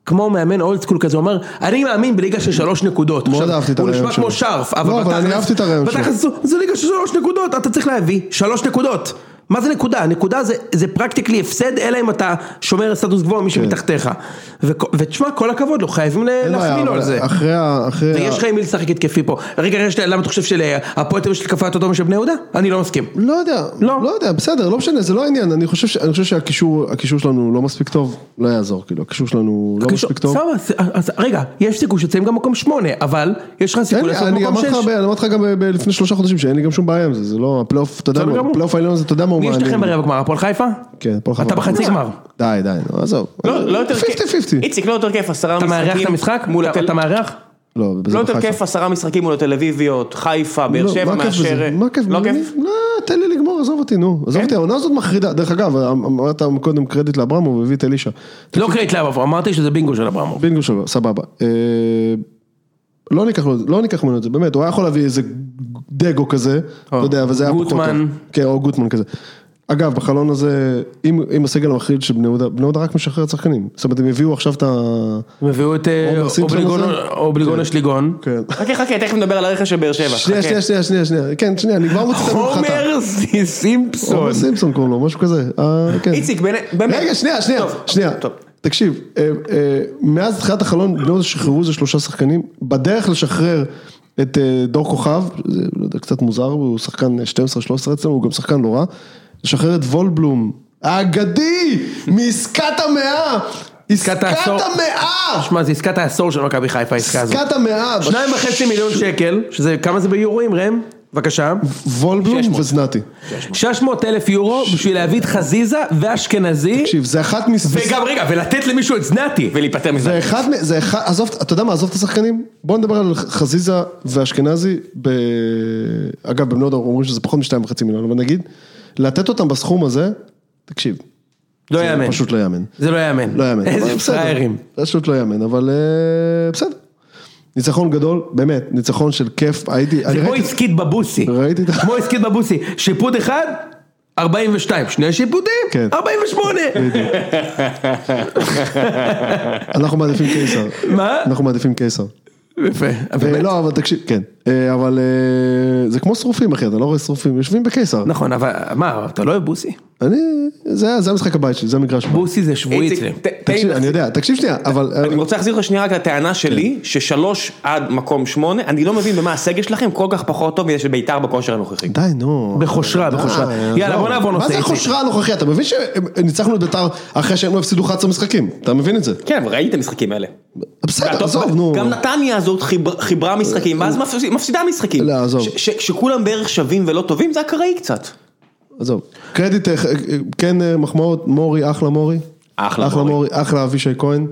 S3: כמו מאמן אולד סקול כזה, הוא אומר, אני מאמין בליגה של שלוש נקודות.
S1: מאוד
S3: עכשיו,
S1: אהבתי את
S3: הוא
S1: הרעיון
S3: נשמע כמו
S1: שלו.
S3: שרף,
S1: לא, אבל אני אהבתי את הרעיון שלו.
S3: בתכלס, הוא- זה ליגה של שלוש נקודות, אתה צריך להביא שלוש נקודות. מה זה נקודה? נקודה זה, זה פרקטיקלי הפסד, אלא אם אתה שומר סטטוס גבוה מי שמתחתיך. וכו- ותשמע, כל הכבוד לו, חייבים ל-
S1: כן. אין
S3: להחמיא
S1: בעיה,
S3: לו על
S1: אבל
S3: זה.
S1: אחרי ה... אחרי ה-
S3: ויש לך עם מי לשחק התקפי פה. רגע, רגע, שנייה, למה אתה חושב שלהפועל תל אביב יש התקפה יותר טובה משל בני יהודה? אני לא מסכים.
S1: לא יודע,
S3: לא.
S1: לא יודע, בסדר, לא משנה, זה לא העניין, אני חושב, ש... אני חושב שהקישור הקישור שלנו לא מספיק טוב, לא יעזור, כאילו, הקישור שלנו לא
S3: הקישור-
S1: מספיק טוב.
S3: סבבה, אז- אז רגע, יש סיכוי שתסיים גם מקום שמונה, אבל יש לך
S1: אין
S3: סיכוי
S1: לי,
S3: לעשות
S1: אני
S3: מקום
S1: אמרתי לך
S3: שש.
S1: הרבה- אני אמרתי לך גם ב- ב- לפני שלושה חודשים שאין לי גם שום בעיה עם זה, זה לא, הפלייאוף, אתה יודע
S3: בסדר
S1: מה,
S3: גמור.
S1: הפלייאוף העליון הזה, אתה יודע מה הוא
S3: מי יש
S1: מעניין.
S3: לכם ברבע גמר? הפועל חיפה?
S1: כן, הפועל
S3: אתה
S1: חיפה.
S3: בחצי גמר.
S1: די, די, נו, עזוב.
S2: לא, לא יותר
S1: 50-50.
S2: כיף. איציק, לא יותר כיף, עשרה
S3: אתה
S2: משחקים.
S3: מארח את המשחק?
S2: מול
S3: אתה-
S2: התל-
S3: אתה מארח?
S1: לא,
S2: לא
S1: בזה
S2: יותר
S1: בחיפה.
S2: כיף עשרה משחקים מול התל אביביות, חיפה, באר
S1: לא,
S2: שבע,
S1: מה הכיף
S2: מאשר...
S1: בזה? מה כיף?
S2: לא
S1: מה-
S2: כיף?
S1: לא, תן לי לגמור, עזוב אותי, נו. עזוב אותי, העונה הזאת מחרידה. דרך אגב, אמ- אמרת קודם קרדיט לאברהם, הוא הביא את אלישע.
S3: לא קרדיט לאברהם, אמרתי שזה בינגו של אברמוב.
S1: בינגו שלו, סבבה. אה, לא ניקח, לו- לא ניקח ממנו את זה, באמת, הוא היה יכול להביא איזה דגו כזה, אתה יודע, אבל זה היה פחות טוב.
S3: גוטמן.
S1: כן, או גוטמן כזה. אגב, בחלון הזה, עם, עם הסגל המחריד של בני יהודה, בני יהודה רק משחרר צחקנים. זאת אומרת, הם הביאו עכשיו את ה...
S3: הם הביאו את אה,
S1: עומר שמחון
S3: אובליגון-
S1: הזה?
S3: אובליגון אשליגון.
S1: כן.
S2: חכה, חכה, תכף נדבר על הרכש של באר שבע.
S1: שנייה,
S2: חכה.
S1: שנייה, שנייה, שנייה, שנייה, כן, שנייה, אני כבר מוציא את הממחטה.
S3: עומר סימפסון.
S1: עומר סימפסון קוראים לו, משהו כזה. אה, כן.
S2: איציק, באמת... באמת.
S1: רגע, שנייה, שנייה,
S2: טוב,
S1: שנייה.
S2: טוב.
S1: תקשיב, אה, אה, מאז תחילת החלון, בני יהודה שחררו איזה שלושה שחקנים, בדרך לשחרר את אה, דור כוכב, זה לא יודע, קצת מוזר, הוא שחקן אה, 12-13 אצלנו, הוא גם שחקן לא רע, לשחרר את וולבלום, האגדי, מעסקת המאה, עסקת
S3: העשור.
S1: המאה,
S3: שמע, זה עסקת העשור של מכבי חיפה, העסקה הזאת.
S1: עסקת המאה,
S3: שניים וחצי מיליון שקל, שזה כמה זה ביורוים, ראם? בבקשה.
S1: וולבלום
S3: 600.
S1: וזנתי.
S3: 600 אלף יורו בשביל להביא את חזיזה ואשכנזי,
S1: תקשיב, זה אחת מס...
S3: וגם רגע, ולתת למישהו את זנתי.
S2: ולהיפטר מזה.
S1: זה אחד, מ- זה אחד, עזוב, אתה יודע מה, עזוב את השחקנים, בוא נדבר על חזיזה ואשכנזי, ב... אגב, בבני יהודה אומרים שזה פחות משתיים וחצי מיליון, אבל נגיד, לתת אותם בסכום הזה, תקשיב,
S3: לא
S1: זה
S3: יאמן.
S1: פשוט לא יאמן,
S3: זה לא יאמן.
S1: לא יאמן, אבל
S3: איזה
S1: בסדר.
S3: פראיירים.
S1: זה פשוט לא יאמן, אבל אה, בסדר, ניצחון גדול, באמת, ניצחון של כיף, הייתי, אני
S3: זה כמו
S1: ראיתי,
S3: עסקית בבוסי.
S1: ראיתי את ה-
S3: כמו עסקית בבוסי. שיפוט אחד, 42. שני שיפוטים,
S1: כן.
S3: 48.
S1: אנחנו מעדיפים קיסר,
S3: מה?
S1: אנחנו מעדיפים קיסר,
S3: יפה.
S1: אה, לא, אבל תקשיב, כן, אה, אבל אה, זה כמו שרופים אחי, אתה לא רואה שרופים, יושבים בקיסר,
S3: נכון, אבל מה, אתה לא אוהב בוסי.
S1: אני, זה זה המשחק הבית שלי, זה המגרש. שלי.
S3: בוסי זה שבועי
S2: איציק,
S3: אצלי.
S2: ת- תן לי
S1: תקשיב, אני יודע, תקשיב שנייה, אבל... אה,
S2: אני רוצה להחזיר אותך שנייה רק לטענה שלי, ששלוש עד מקום שמונה, אני לא מבין במה הסגל שלכם כל כך פחות טוב מזה של בית"ר בכושר הנוכחי.
S1: די, נו.
S3: בחושרה,
S1: די,
S3: בחושרה.
S1: עזוב.
S3: יאללה, בוא נעבור נושא,
S1: אה, לא. מה זה
S3: איציק.
S1: החושרה הנוכחי? אתה מבין שניצחנו את בית"ר אחרי שהם לא הפסידו 11 משחקים? אתה מבין את זה?
S2: כן, אבל ראיתי את המשחקים האלה.
S1: בסדר,
S2: והטוב-
S1: עזוב, נו.
S2: גם נתניה הזאת חיבר- חיברה משחקים, ואז מפס- מפסידה משחקים.
S1: לא, עזוב.
S2: ש- ש- שכולם בערך שווים ולא טובים, זה אקראי קצת.
S1: עזוב. קרדיט, אה, אה, כן אה, מחמאות, מורי, אחלה מורי.
S2: אחלה מורי.
S1: אחלה אבישי כהן.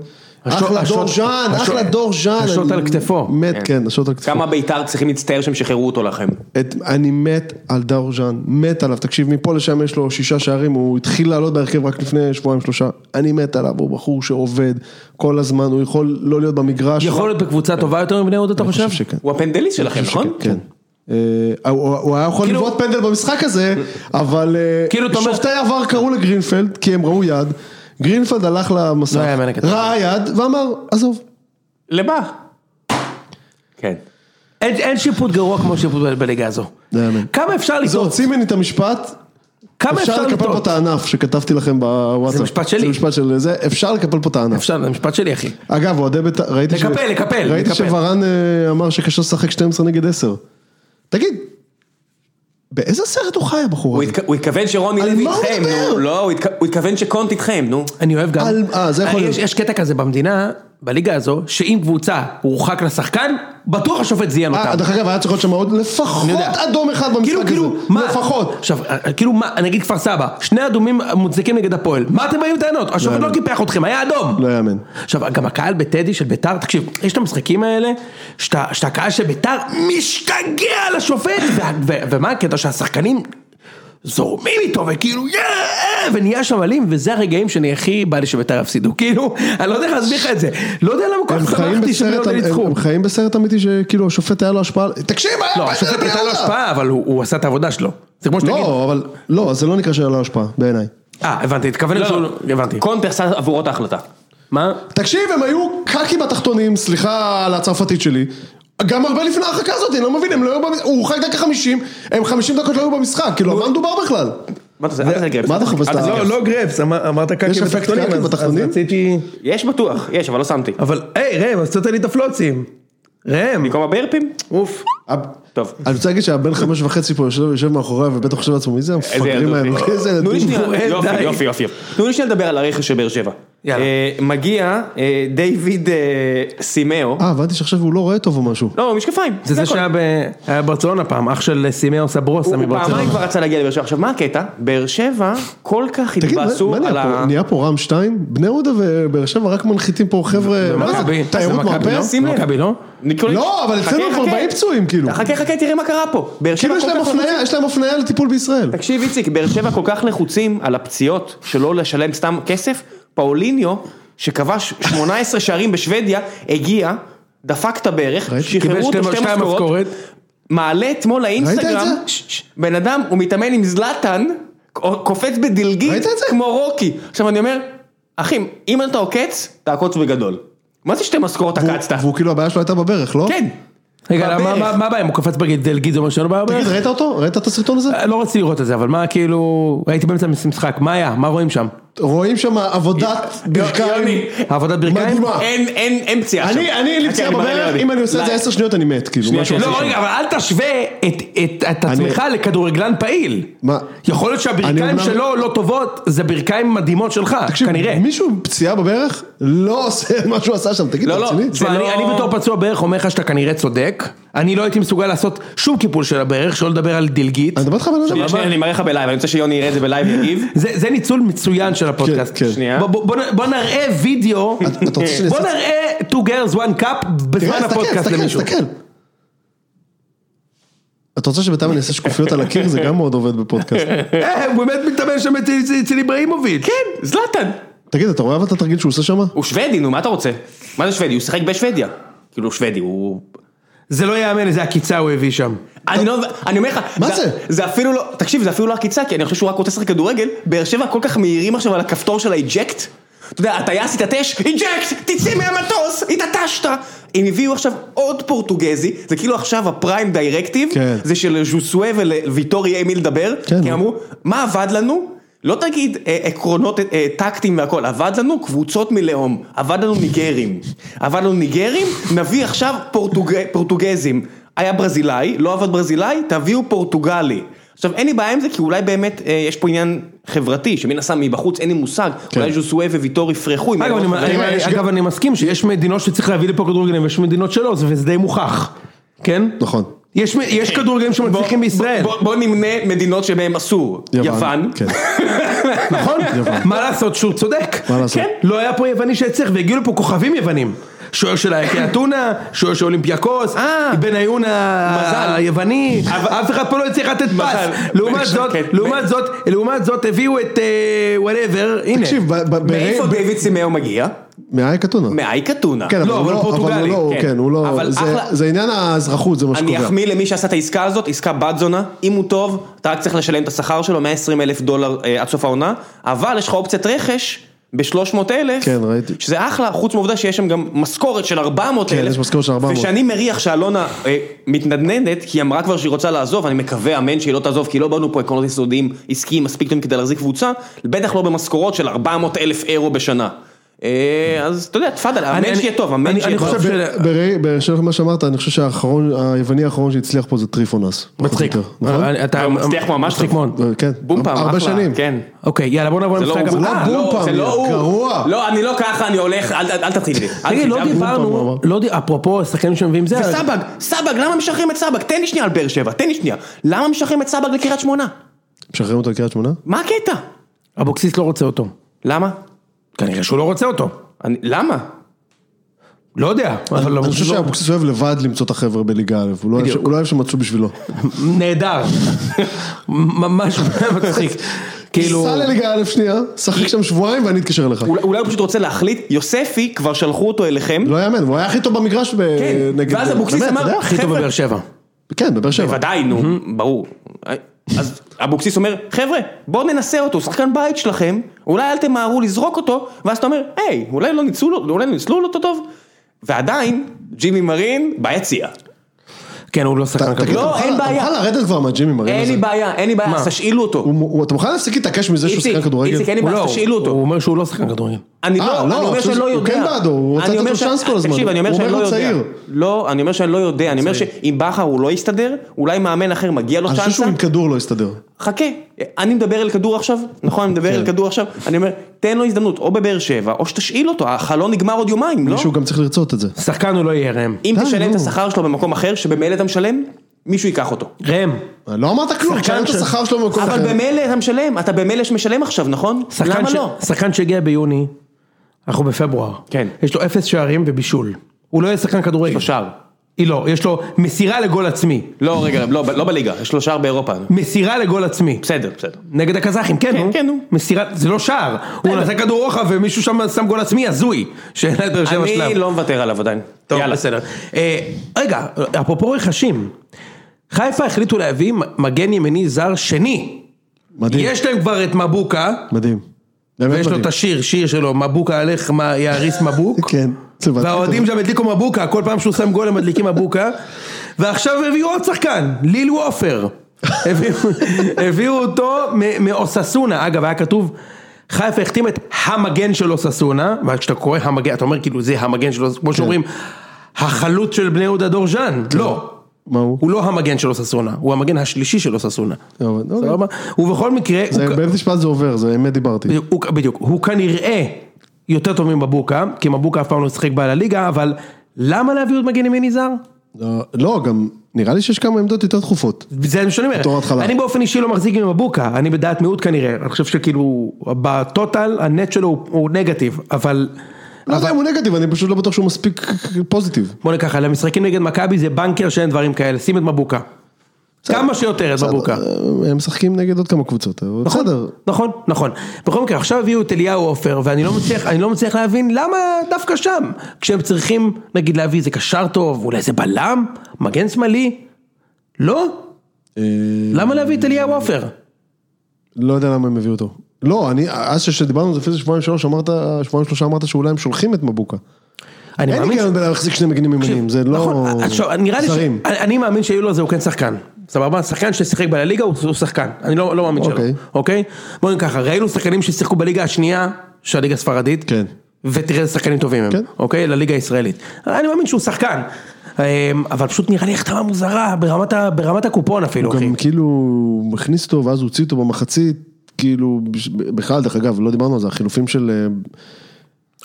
S3: השוט-
S1: אחלה דור
S3: השוט-
S1: ז'אן,
S3: השוט-
S1: אחלה דור ז'אן.
S3: השוט
S1: אני
S3: על כתפו.
S1: מת, כן, השוט על כתפו.
S2: כמה בית"ר צריכים להצטער שהם שחררו אותו לכם.
S1: את, אני מת על דאור ז'אן, מת עליו, תקשיב, מפה לשם יש לו שישה שערים, הוא התחיל לעלות בהרכב רק לפני שבועיים שלושה, אני מת עליו, הוא בחור שעובד כל הזמן, הוא יכול לא להיות במגרש.
S3: יכול להיות בקבוצה טובה יותר מבני יהוד, אתה
S1: אני
S3: חושב?
S1: חושב שכן.
S2: הוא הפנדליסט שלכם,
S1: אני חושב
S2: נכון?
S1: שכן, כן. אה, הוא הוא היה יכול
S3: כאילו-
S1: לבעוט פנדל במשחק הזה, אבל אה,
S3: כאילו, אתה אומר-
S1: שופטי עבר קראו לגרינפלד, כי הם ראו יד, גרינפלד הלך למסך,
S3: לא היה מענק.
S1: ראה יד ואמר, עזוב.
S2: למה? כן.
S3: אין אין שיפוט גרוע כמו שיפוט ב- בליגה הזו.
S1: זה אמן.
S3: כמה אפשר
S1: זה
S3: לטעות?
S1: הוציא ממני את לא, המשפט,
S3: כמה
S1: אפשר
S3: אפשר
S1: לקפל פה
S3: לטעות?
S1: את הענף שכתבתי לכם בוואטסאפ.
S3: זה משפט שלי.
S1: זה משפט של זה, אפשר לקפל פה את הענף.
S3: אפשר, זה משפט שלי אחי.
S1: אגב, אוהדי בית"ר, ראיתי
S3: לקפל, לקפל,
S1: ראיתי
S3: לקפל.
S1: שוורן אה, אמר שקשה לשחק 12 נגד 10. תגיד, באיזה סרט הוא חי הבחור
S2: הוא
S1: הזה?
S2: התכ- הוא התכוון שרוני
S1: על
S2: לוי
S1: מה הוא
S2: איתכם,
S1: מדבר?
S2: נו, לא, הוא התכ- הוא התכוון שקונט איתכם, נו.
S3: אני אוהב גם.
S1: על- אה, זה יכול
S3: יש-
S1: להיות.
S3: יש קטע כזה במדינה, בליגה הזו, שאם קבוצה הורחק לשחקן, בטוח השופט זיין
S1: אה,
S3: אותה.
S1: דרך אגב, היה צריך להיות שם נכון. עוד לפחות
S3: אני יודע.
S1: אדום אחד במשחק
S3: כאילו,
S1: הזה.
S3: כאילו, מה?
S1: לפחות.
S3: עכשיו, כאילו, מה, נגיד כפר סבא, שני אדומים מוצדקים נגד הפועל, מה אתם באים בטענות? השופט
S1: יאמן.
S3: לא קיפח אתכם, היה אדום.
S1: לא יאמן.
S3: עכשיו, גם הקהל בטדי של ביתר, תקשיב, יש את המשחקים האלה, שאתה שאתה הקהל של ביתר משתגע על השופט, ו- ו- ומה הקטע שהשחקנים... זורמים איתו וכאילו יאה ונהיה שם אלים וזה הרגעים שאני הכי בא לי שביתר יפסידו כאילו אני לא יודע איך להסביר לך את זה לא יודע למה כל
S1: הם
S3: כך
S1: חיים
S3: שמחתי לא
S1: בסרט-
S3: שבנות
S1: הם-
S3: ניצחו
S1: הם חיים בסרט אמיתי שכאילו השופט היה לו השפעה. על- תקשיב, היה
S3: לא
S1: פנדל
S3: השופט
S1: לבני
S3: הייתה לו
S1: יהודה.
S3: השפעה אבל הוא הוא עשה את העבודה שלו זה כמו שתגיד
S1: לא, אבל לא, זה לא נקרא שהיה לו השפעה, בעיניי.
S3: אה, הבנתי,
S2: לא.
S3: התכוון שהוא... הבנתי.
S2: קונט עשה עבורו את ההחלטה.
S3: מה?
S1: תקשיב, הם היו קקי בתחתונים, סליחה על הצרפתית שלי. גם הרבה לפני ההרחקה הזאת, אני לא מבין, הם לא היו במשחק, הוא הורחק דקה 50, הם 50 דקות לא היו במשחק, כאילו, על מה מדובר בכלל?
S2: מה אתה עושה? אל תעשה גרב.
S1: מה אתה חופש את
S2: אל תעשה
S1: ה-
S2: גרב.
S4: לא גרפס, אמר- אמרת
S1: יש
S4: קקי
S1: אפקט
S4: בתחתונים,
S1: קקי
S4: אז- אז
S1: בתחתונים?
S4: רציתי...
S2: יש בטוח, יש, אבל לא שמתי.
S4: אבל, היי ראם, אז הוצאת לי את הפלוצים. ראם,
S2: במקום הברפים?
S4: אוף.
S2: טוב.
S1: אני רוצה להגיד שהבן חמש וחצי פה יושב- יושב מאחוריי ובטח חושב לעצמו, מי זה המפגרים האלה? איזה
S2: תנו לי
S1: ילדים.
S2: שנייה,
S4: בועט,
S2: יופי,
S4: די.
S2: יופי, יופי, יופי. תנו לי שנייה לדבר על הרכש של באר שבע.
S3: יאללה.
S2: אה, מגיע אה, דיוויד אה, סימאו,
S1: אה, הבנתי שעכשיו הוא לא רואה טוב או משהו.
S2: לא, משקפיים.
S3: זה זה
S2: הכל.
S3: שהיה ב- היה בברצלונה פעם, אח של אה, סימאו סברוסה
S2: הוא פעמיים
S3: מברצלונה.
S2: כבר רצה להגיע לבאר שבע. עכשיו, מה הקטע? באר שבע כל כך
S1: תגיד, מה-
S2: התבאסו
S1: מה
S2: על
S1: נהיה פה?
S2: ה...
S1: נהיה פה רם שתיים? בני יהודה ובאר שבע רק מנחיתים פה חבר'ה, מה
S3: ומכבי,
S1: זה? תיירות
S3: ומכבי,
S1: מרפא?
S3: לא?
S2: שים לב.
S3: מכבי, לא?
S2: ניקולא-
S1: לא, אבל אצלנו
S2: חכה,
S1: כבר
S2: חכה.
S1: באים פצועים, כאילו.
S2: חכה, חכה, תראה מה קרה פה. באר שבע
S1: כאילו יש
S2: כל
S1: להם
S2: כך לא לחוצים.
S1: הפניה, יש להם הפניה לטיפול בישראל.
S2: תקשיב איציק, באר שבע כל כך לחוצים על הפציעות שלא לשלם סתם כסף, פאוליניו, שכבש 18 שערים בשוודיה, הגיע, דפק את הברך,
S1: ראיתי,
S3: קיבל
S2: שחררו אותו
S3: שתי-
S2: שתי
S3: שתיים
S2: משכורות,
S3: משכורת.
S2: מעלה אתמול
S1: ראית
S2: לאינסטגרם,
S1: את זה?
S2: ש- ש- בן אדם, הוא מתאמן עם זלאטן, קופץ בדלגית
S1: ראית את זה?
S2: כמו רוקי. עכשיו אני אומר, אחי, אם אתה עוקץ, תעקוץ בגדול. מה זה שתי משכורות
S1: והוא-
S2: עקצת?
S1: והוא כאילו הבעיה שלו הייתה בברך, לא?
S2: כן.
S3: רגע, למה-
S2: בברך.
S3: מה- מה הבעיה? אם הוא קפץ בגדל גיד, זה אומר שאין לו בעיה
S1: תגיד,
S3: בערך?
S1: ראית אותו? ראית את הסרטון הזה?
S3: לא רציתי לראות את זה, אבל מה כאילו... הייתי באמצע משחק, מה היה? מה רואים שם?
S1: רואים שם עבודת ברכיים.
S2: יוני,
S3: עבודת ברכיים?
S1: מדהימה.
S2: אין, אין, אין פציעה שם.
S1: אני, אני, אין לי
S2: חכה,
S1: פציעה
S2: אני מראה
S1: בברך,
S2: ליוני.
S1: אם אני עושה את זה
S2: לא.
S1: עשר שניות אני מת, כאילו,
S2: שנייה,
S1: משהו
S2: שנייה,
S1: כזה.
S3: לא, רגע, אבל אל תשווה את- את- את עצמך לכדורגלן פעיל.
S1: מה?
S3: יכול להיות
S1: אני
S3: שהברכיים
S1: אומנם-
S3: שלו לא טובות, זה ברכיים מדהימות שלך,
S1: תקשיב,
S3: כנראה.
S1: מישהו עם פציעה בברך לא עושה את מה שהוא עשה שם, תגיד,
S2: לא,
S1: אתה
S2: לא,
S1: רציני?
S3: תשמע,
S2: זה
S3: אני,
S2: לא-
S3: אני בתור פצוע ברך אומר לך שאתה כנראה צודק, אני לא הייתי מסוגל לעשות שום קיפול של הברך, שלא לדבר על דלגית.
S1: אני לא מדבר איתך על
S2: שנייה,
S1: אדם.
S2: שנייה, אני מראה לך בלייב, אני רוצה שיוני יראה את זה בלייב ויגיב.
S3: זה, זה ניצול מצוין של הפודקאסט.
S1: כן, כן.
S2: שנייה.
S3: בוא, בוא, בוא נ- בוא נראה וידאו,
S1: אתה- אתה רוצה שאני
S3: בוא
S1: אעשה-
S3: נראה two girls one cup
S1: תראה,
S3: בזמן
S1: תסתכל,
S3: הפודקאסט
S1: תסתכל,
S3: למישהו.
S1: תסתכל. אתה רוצה שבינתיים אני אעשה שקופיות על הקיר? זה גם מאוד עובד בפודקאסט.
S3: אה, הוא באמת מתאמן שם אצל- אצל- אצל איבראימוביץ'.
S2: כן, זלאטן.
S1: תגיד, אתה רואה אבל את התרגיל שהוא עושה שם?
S2: הוא שוודי, נו, מה אתה רוצה? מה זה שוודי? הוא שיחק בשוודיה. כאילו, הוא שוודי, הוא...
S3: זה לא יאמן איזה עקיצה הוא הביא שם.
S2: אני לא... אני אומר לך...
S1: מה זה?
S2: זה אפילו לא... תקשיב, זה אפילו לא עקיצה, כי אני חושב שהוא רק רוצה לשחק כדורגל. באר שבע כל כך מהירים עכשיו על הכפתור של האיג'קט. אתה יודע, הטייס התעטש, איג'קט, תצא מהמטוס, התעטשת. הם הביאו עכשיו עוד פורטוגזי, זה כאילו עכשיו הפריים דיירקטיב,
S1: כן.
S2: זה שלז'וסואה ולוויטור יהיה עם מי לדבר,
S1: כן.
S2: כי אמרו, מה עבד לנו? לא תגיד אה, עקרונות אה, טקטיים והכל, עבד לנו קבוצות מלאום, עבד לנו ניגרים, עבד לנו ניגרים, נביא עכשיו פורטוג... פורטוגזים. היה ברזילאי, לא עבד ברזילאי, תביאו פורטוגלי. עכשיו אין לי בעיה עם זה כי אולי באמת אה, יש פה עניין חברתי, שמן הסתם מבחוץ אין לי מושג,
S1: כן.
S2: אולי ז'וסואב וויטור יפרחו. אם
S3: אגב,
S2: הם לא
S3: אני-
S2: חברים.
S3: אני-
S1: יש
S3: אגב, אני מסכים שיש מדינות שצריך להביא לפה כדורגלנים ויש מדינות שלא, זה- וזה די מוכח, כן?
S1: נכון.
S3: יש מ- יש כדורגלנים שמצליחים בישראל,
S2: בוא, בוא נמנה מדינות שבהן אסור. יוון.
S1: כן.
S3: נכון?
S1: יוון.
S3: מה לעשות שהוא צודק?
S1: מה לעשות?
S3: כן, לא היה פה יווני שהצליח והגיעו לפה כוכבים יוונים. שוער של האקי אתונה, שוער של אולימפיאקוס,
S2: אה.
S3: בן עיון ה-
S2: מזל.
S3: היווני,
S2: אבל-
S3: אף אחד פה לא הצליח לתת פס.
S2: מזל.
S3: לעומת
S2: בן-
S3: זאת,
S2: כן.
S3: לעומת זאת, לעומת זאת הביאו את וואטאבר, הנה.
S1: תקשיב, ב- ב-
S2: מאיפה
S1: ב-
S2: דיוויד סימאו מגיע?
S1: מהאייק אתונה.
S2: מאי קטונה.
S1: כן, אבל
S3: לא,
S1: הוא
S3: אבל
S1: לא, אבל
S3: פורטוגלי,
S1: הוא לא,
S2: כן.
S1: כן, הוא לא,
S2: אבל
S1: זה-
S2: אחלה-
S1: זה עניין האזרחות, זה מה
S2: אני
S1: שקובע.
S2: אחמיא למי שעשה את העסקה הזאת, עסקה בת זונה, אם הוא טוב, אתה רק צריך לשלם את השכר שלו, 120 אלף דולר אה, עד סוף העונה, אבל יש לך אופציית רכש ב-300 אלף,
S1: כן, ראיתי.
S2: שזה אחלה, חוץ מהעובדה שיש שם גם משכורת של 400 אלף,
S1: כן, יש משכורת של 400.
S2: ושאני מריח שאלונה אה, מתנדנדת, כי היא אמרה כבר שהיא רוצה לעזוב, אני מקווה, אמן שהיא לא תעזוב, כי לא באנו פה עקרונות יסודיים עסקיים מספיק טובים כדי להחזיק קבוצה, בטח לא במשכורות של 400 אלף אירו בשנה. אה, אז אתה יודע, תפאדל, אמן
S3: אני-
S2: שיהיה טוב, אמן
S3: אני-
S2: שיהיה
S3: אני
S2: טוב.
S3: חושב
S1: ב-
S3: של-
S1: בראי- בהקשר למה שאמרת, אני חושב שהאחרון, היווני האחרון שהצליח פה זה טריפונס.
S3: מצחיק.
S1: פחות או יותר, נכון?
S3: אה, אתה-
S2: הוא מצליח ממש
S3: מצחיק
S2: טוב.
S3: מאוד.
S1: אה, כן.
S2: בום פעם,
S1: הרבה
S2: אחלה,
S1: שנים.
S2: כן.
S3: אוקיי, יאללה בוא נעבור
S2: זה לא
S3: למשחק
S2: הוא,
S3: הבא.
S1: אה,
S2: זה לא
S1: בום
S2: הוא, זה
S1: פעם,
S2: לא הוא.
S1: גרוע.
S2: לא, אני לא ככה, אני הולך, אל- אל אל תתחיל לי. אל
S3: תגיד,
S2: תתחיל
S3: לא
S2: לי, אל-
S1: פעם, הוא
S3: דיברנו, לא די- אפרופו שחקנים שמביאים זה,
S2: וסבג, סבג, למה משחררים את סבג? תן לי שנייה על באר שבע, תן לי שנייה. למה משחררים את סבג לקריית שמונה?
S1: משחררים אותו לקריית שמונה?
S2: מה הקטע?
S3: אבוקסיס לא רוצה אותו.
S2: למה?
S3: כנראה שהוא לא רוצה אותו.
S2: אני- למה?
S3: לא יודע. אבל
S1: אני חושב
S3: לא-
S1: שאבוקסיס אוהב לבד למצוא את החבר'ה בליגה א', הוא לא אוהב ש- הוא לא אוהב שמצאו בשבילו.
S3: נהדר. ממש מצחיק. כאילו...
S1: סע לליגה א' שנייה, שחק שם שבועיים ואני אתקשר אליך.
S2: אולי- אולי הוא פשוט רוצה להחליט, יוספי, כבר שלחו אותו אליכם.
S1: לא יאמן, והוא היה הכי טוב במגרש ב-
S2: כן,
S1: נגד...
S2: ואז אבוקסיס
S1: באמת,
S2: אמר,
S1: אתה יודע, הכי-
S3: הכי טוב בבאר שבע.
S1: כן, בבאר שבע.
S2: בוודאי, נו, ברור. אה, אז אבוקסיס אומר, חבר'ה, בואו ננסה אותו, שחקן בית שלכם, אולי אל תמהרו לזרוק אותו, ואז אתה אומר, היי, אולי לא ניצלו לו- אולי לא ניצלו לו אותו טוב, ועדיין, ג'ימי מרין ביציע.
S3: כן, הוא לא שחקן
S1: אתה- תגיד,
S3: כדור.
S1: אתה
S2: לא,
S1: מוכן-
S2: אין
S1: אתה
S2: בעיה.
S1: מוכן לרדת כבר מהג'ימי מרין
S2: אין
S1: הזה?
S2: לי בעיה, אין לי בעיה,
S3: מה?
S2: אז תשאילו אותו.
S1: הוא- הוא- אתה מוכן להפסיק להתעקש מזה שהוא
S2: איציק,
S1: שחקן כדורגל?
S2: איציק, אין לי
S3: הוא
S2: בעיה,
S3: לא,
S2: תשאילו
S3: הוא
S2: אותו.
S3: אומר שהוא לא שחקן כדורגל.
S2: אני
S1: אה,
S2: לא,
S1: לא,
S2: אני אומר
S1: עכשיו
S2: שאני לא
S1: הוא
S2: יודע.
S1: כן בעדו, הוא רוצה
S2: אני
S1: לתת
S2: אומר
S1: לו
S2: ש-
S1: צ'אנס כל הזמן.
S2: תקשיב, אני אומר
S1: הוא
S2: שאני לא
S1: אומר לו
S2: יודע.
S1: צעיר.
S2: לא, אני אומר שאני לא יודע, אני אומר שאם בכר הוא לא יסתדר, אולי מאמן אחר מגיע לו
S1: אני חושב
S2: צ'אנס.
S1: שהוא עם כדור לא הסתדר.
S2: חכה, אני מדבר אל כדור עכשיו, נכון? אני מדבר
S1: כן.
S2: אל כדור עכשיו, אני אומר, תן לו הזדמנות, או בבאר שבע, או שתשאיל אותו, החלון נגמר עוד יומיים, לא?
S1: מישהו גם צריך לרצות את זה.
S3: שחקן הוא לא יהיה ראם.
S2: אם
S1: די,
S2: תשלם
S1: נו.
S2: את השכר שלו במקום אחר, שבמילא אתה משלם, מישהו ייקח אותו.
S3: ראם.
S1: לא אמרת כלום,
S3: שחקן
S1: שאלת את
S3: ש-
S1: השכר שלו במקום
S2: אבל
S1: אחר.
S2: במילא אתה משלם, אתה במילא משלם עכשיו, נכון?
S3: שחקן
S2: למה
S3: ש-
S2: לא?
S3: שחקן שהגיע ביוני, אנחנו בפברואר.
S2: כן.
S3: יש לו אפס שערים ובישול. הוא לא יהיה שחקן כדורגל.
S2: לו שער.
S3: היא לא, יש לו מסירה לגול עצמי.
S2: לא, רגע, לא לא בליגה, יש לו שער באירופה.
S3: מסירה לגול עצמי.
S2: בסדר, בסדר.
S3: נגד הקזחים, כן,
S2: כן,
S3: נו.
S2: כן, נו.
S3: מסירה, זה לא שער. הוא נתן כדור רוחב ומישהו שם שם גול עצמי הזוי. שהעלה את באר שבע שלב.
S2: אני לא מוותר עליו עדיין.
S3: טוב,
S2: יאללה.
S3: יאללה. בסדר. אה, רגע, אפרופו רכשים, חיפה החליטו להביא מגן ימיני זר שני.
S1: מדהים,
S3: יש להם כבר את מבוקה,
S1: מדהים. באמת
S3: ויש לו
S1: מדהים.
S3: את השיר, שיר שלו, מבוקה עליך, מה- יעריס מבוק.
S1: כן. זה בעתיד.
S3: והאוהדים שם הדליקו מבוקה, כל פעם שהוא שם גול הם מדליקים מבוקה. ועכשיו הביאו עוד שחקן, ליל וופר. הביאו- הביאו אותו מ- מאוססונה, אגב היה כתוב, חיפה החתים את המגן של אוססונה, וכשאתה קורא המגן, אתה אומר כאילו זה המגן של אוססונה,
S1: כן.
S3: כמו שאומרים, החלוץ של בני יהודה דורז'אן, לא.
S1: מה הוא?
S3: הוא לא המגן של אוססונה, הוא המגן השלישי של אוססונה.
S1: טוב, אוקיי.
S3: סבבה? ובכל מקרה, הוא
S1: זה-
S3: כ-
S1: בבית משפט זה עובר, זה אמת דיברתי.
S3: בדיוק, הוא, בדיוק, הוא כנראה יותר טוב ממבוקה, כי מבוקה אף פעם לא שיחק בעל הליגה, אבל למה להביא עוד מגן ימיני זר?
S1: לא, לא, גם נראה לי שיש כמה עמדות יותר דחופות.
S3: זה מה שאני אומר,
S1: בתור התחלה.
S3: אני באופן אישי לא מחזיק ממבוקה, אני בדעת מיעוט כנראה, אני חושב שכאילו בטוטל הנט שלו הוא, הוא נגטיב, אבל
S1: לא יודע אם הוא נגטיב, אני פשוט לא בטוח שהוא מספיק פוזיטיב.
S3: בוא ניקח, על המשחקים נגד מכבי זה בנקר שאין דברים כאלה, שים את מבוקה. כמה שיותר את מבוקה.
S1: אה, הם משחקים נגד עוד כמה קבוצות, אבל
S3: נכון,
S1: בסדר.
S3: נכון, נכון. בכל מקרה, עכשיו הביאו את אליהו עופר, ואני לא מצליח, אני לא מצליח להבין למה דווקא שם, כשהם צריכים, נגיד, להביא איזה קשר טוב, אולי איזה בלם, מגן שמאלי, לא?
S1: אה,
S3: למה להביא את אליהו עופר?
S1: לא יודע למה הם הביאו אותו. לא, אני, אז שדיברנו על זה לפני איזה שבועיים שלוש, אמרת, שבועיים שלושה אמרת שאולי הם שולחים את מבוקה.
S3: אני
S1: אין
S3: מאמין... ש-
S1: היגיון בלהחזיק שני מגנים ימניים, זה לא
S3: נכון, עכשיו, נראה לי ש...
S1: זרים.
S3: אני- אני מאמין שיולו הזה הוא כן שחקן. סבבה? שחקן ששיחק בליגה הוא הוא שחקן. אני לא לא מאמין שלא.
S1: אוקיי.
S3: אוקיי? בוא נגיד ככה, ראינו שחקנים ששיחקו בליגה השנייה, של הליגה הספרדית.
S1: כן.
S3: ותראה איזה שחקנים טובים הם.
S1: כן.
S3: אוקיי? לליגה הישראלית. אני מאמין שהוא שחקן. אמ, אבל פשוט נראה לי החתמה מוזרה, ברמת ה- ברמת הקופון אפילו,
S1: הוא
S3: אחי.
S1: גם כאילו מכניס אותו ואז הוא הוציא אותו במחצית, כאילו, בש- בכלל, דרך אגב, לא דיברנו על זה, החילופים של...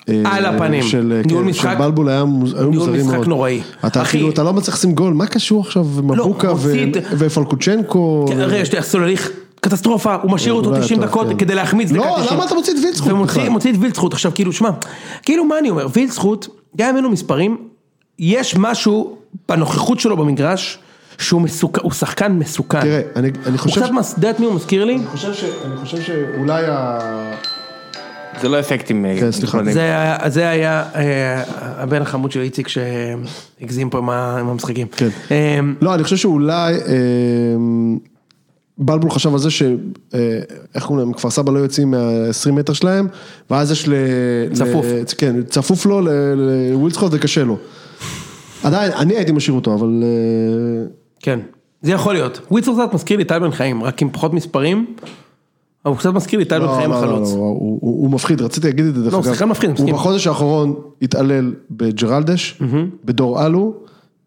S1: אה,
S3: על
S1: אה,
S3: הפנים.
S1: של,
S3: ניהול
S1: כן,
S3: משחק-
S1: של בלבול היה מוז- היו
S3: ניהול
S1: מוזרים מאוד.
S3: משחק נוראי.
S1: אתה
S3: אחי- לא,
S1: כאילו, אתה לא מצליח לשים גול, מה קשור עכשיו מבוקה ו-
S3: הוציא את-
S1: ופלקוצ'נקו?
S3: כן, הרי יש לי סולליך קטסטרופה, הוא משאיר אותו
S1: אולי
S3: 90
S1: טוב,
S3: דקות
S1: כן.
S3: כדי להחמיץ
S1: לא,
S3: דקה 90.
S1: למה אתה מוציא את וילצחוט
S3: ומוציא
S1: בכלל?
S3: מוציא את וילצחוט, עכשיו כאילו, שמע, כאילו מה אני אומר, וילצחוט, גם אם אין לו מספרים, יש משהו בנוכחות שלו במגרש, שהוא מסוכן, הוא שחקן מסוכן.
S1: תראה, אני אני
S3: הוא
S1: חושב...
S3: קצת, מס- אתה יודע את מי הוא מזכיר לי?
S1: אני חושב ש- אני חושב שאולי ה...
S2: זה לא אפקטים. אה,
S1: כן, סליחה.
S2: נכבדים.
S3: זה היה, זה היה אה, הבן החמוד של איציק שהגזים פה עם ה- עם המשחקים.
S1: כן.
S3: אה,
S1: לא, אני חושב שאולי אמ, בלבול חשב על זה ש... אה, איך קוראים להם? כפר סבא לא יוצאים מה-20 מטר שלהם, ואז יש ל...
S3: צפוף.
S1: ל- כן, צפוף לו ל- לווילדסחוט וקשה לו. עדיין, אני הייתי משאיר אותו, אבל... אה,
S3: כן, זה יכול להיות. ווילצחוט קצת מזכיר לי טל בן חיים, רק עם פחות מספרים, אבל הוא קצת מזכיר לי טל בן
S1: לא,
S3: חיים
S1: לא, לא,
S3: החלוץ.
S1: לא, הוא- הוא הוא מפחיד, רציתי להגיד את זה דרך
S3: לא,
S1: אגב.
S3: הוא שחקן מפחיד, אני
S1: הוא
S3: מסכים.
S1: בחודש האחרון התעלל בג'רלדש, בדור אלו,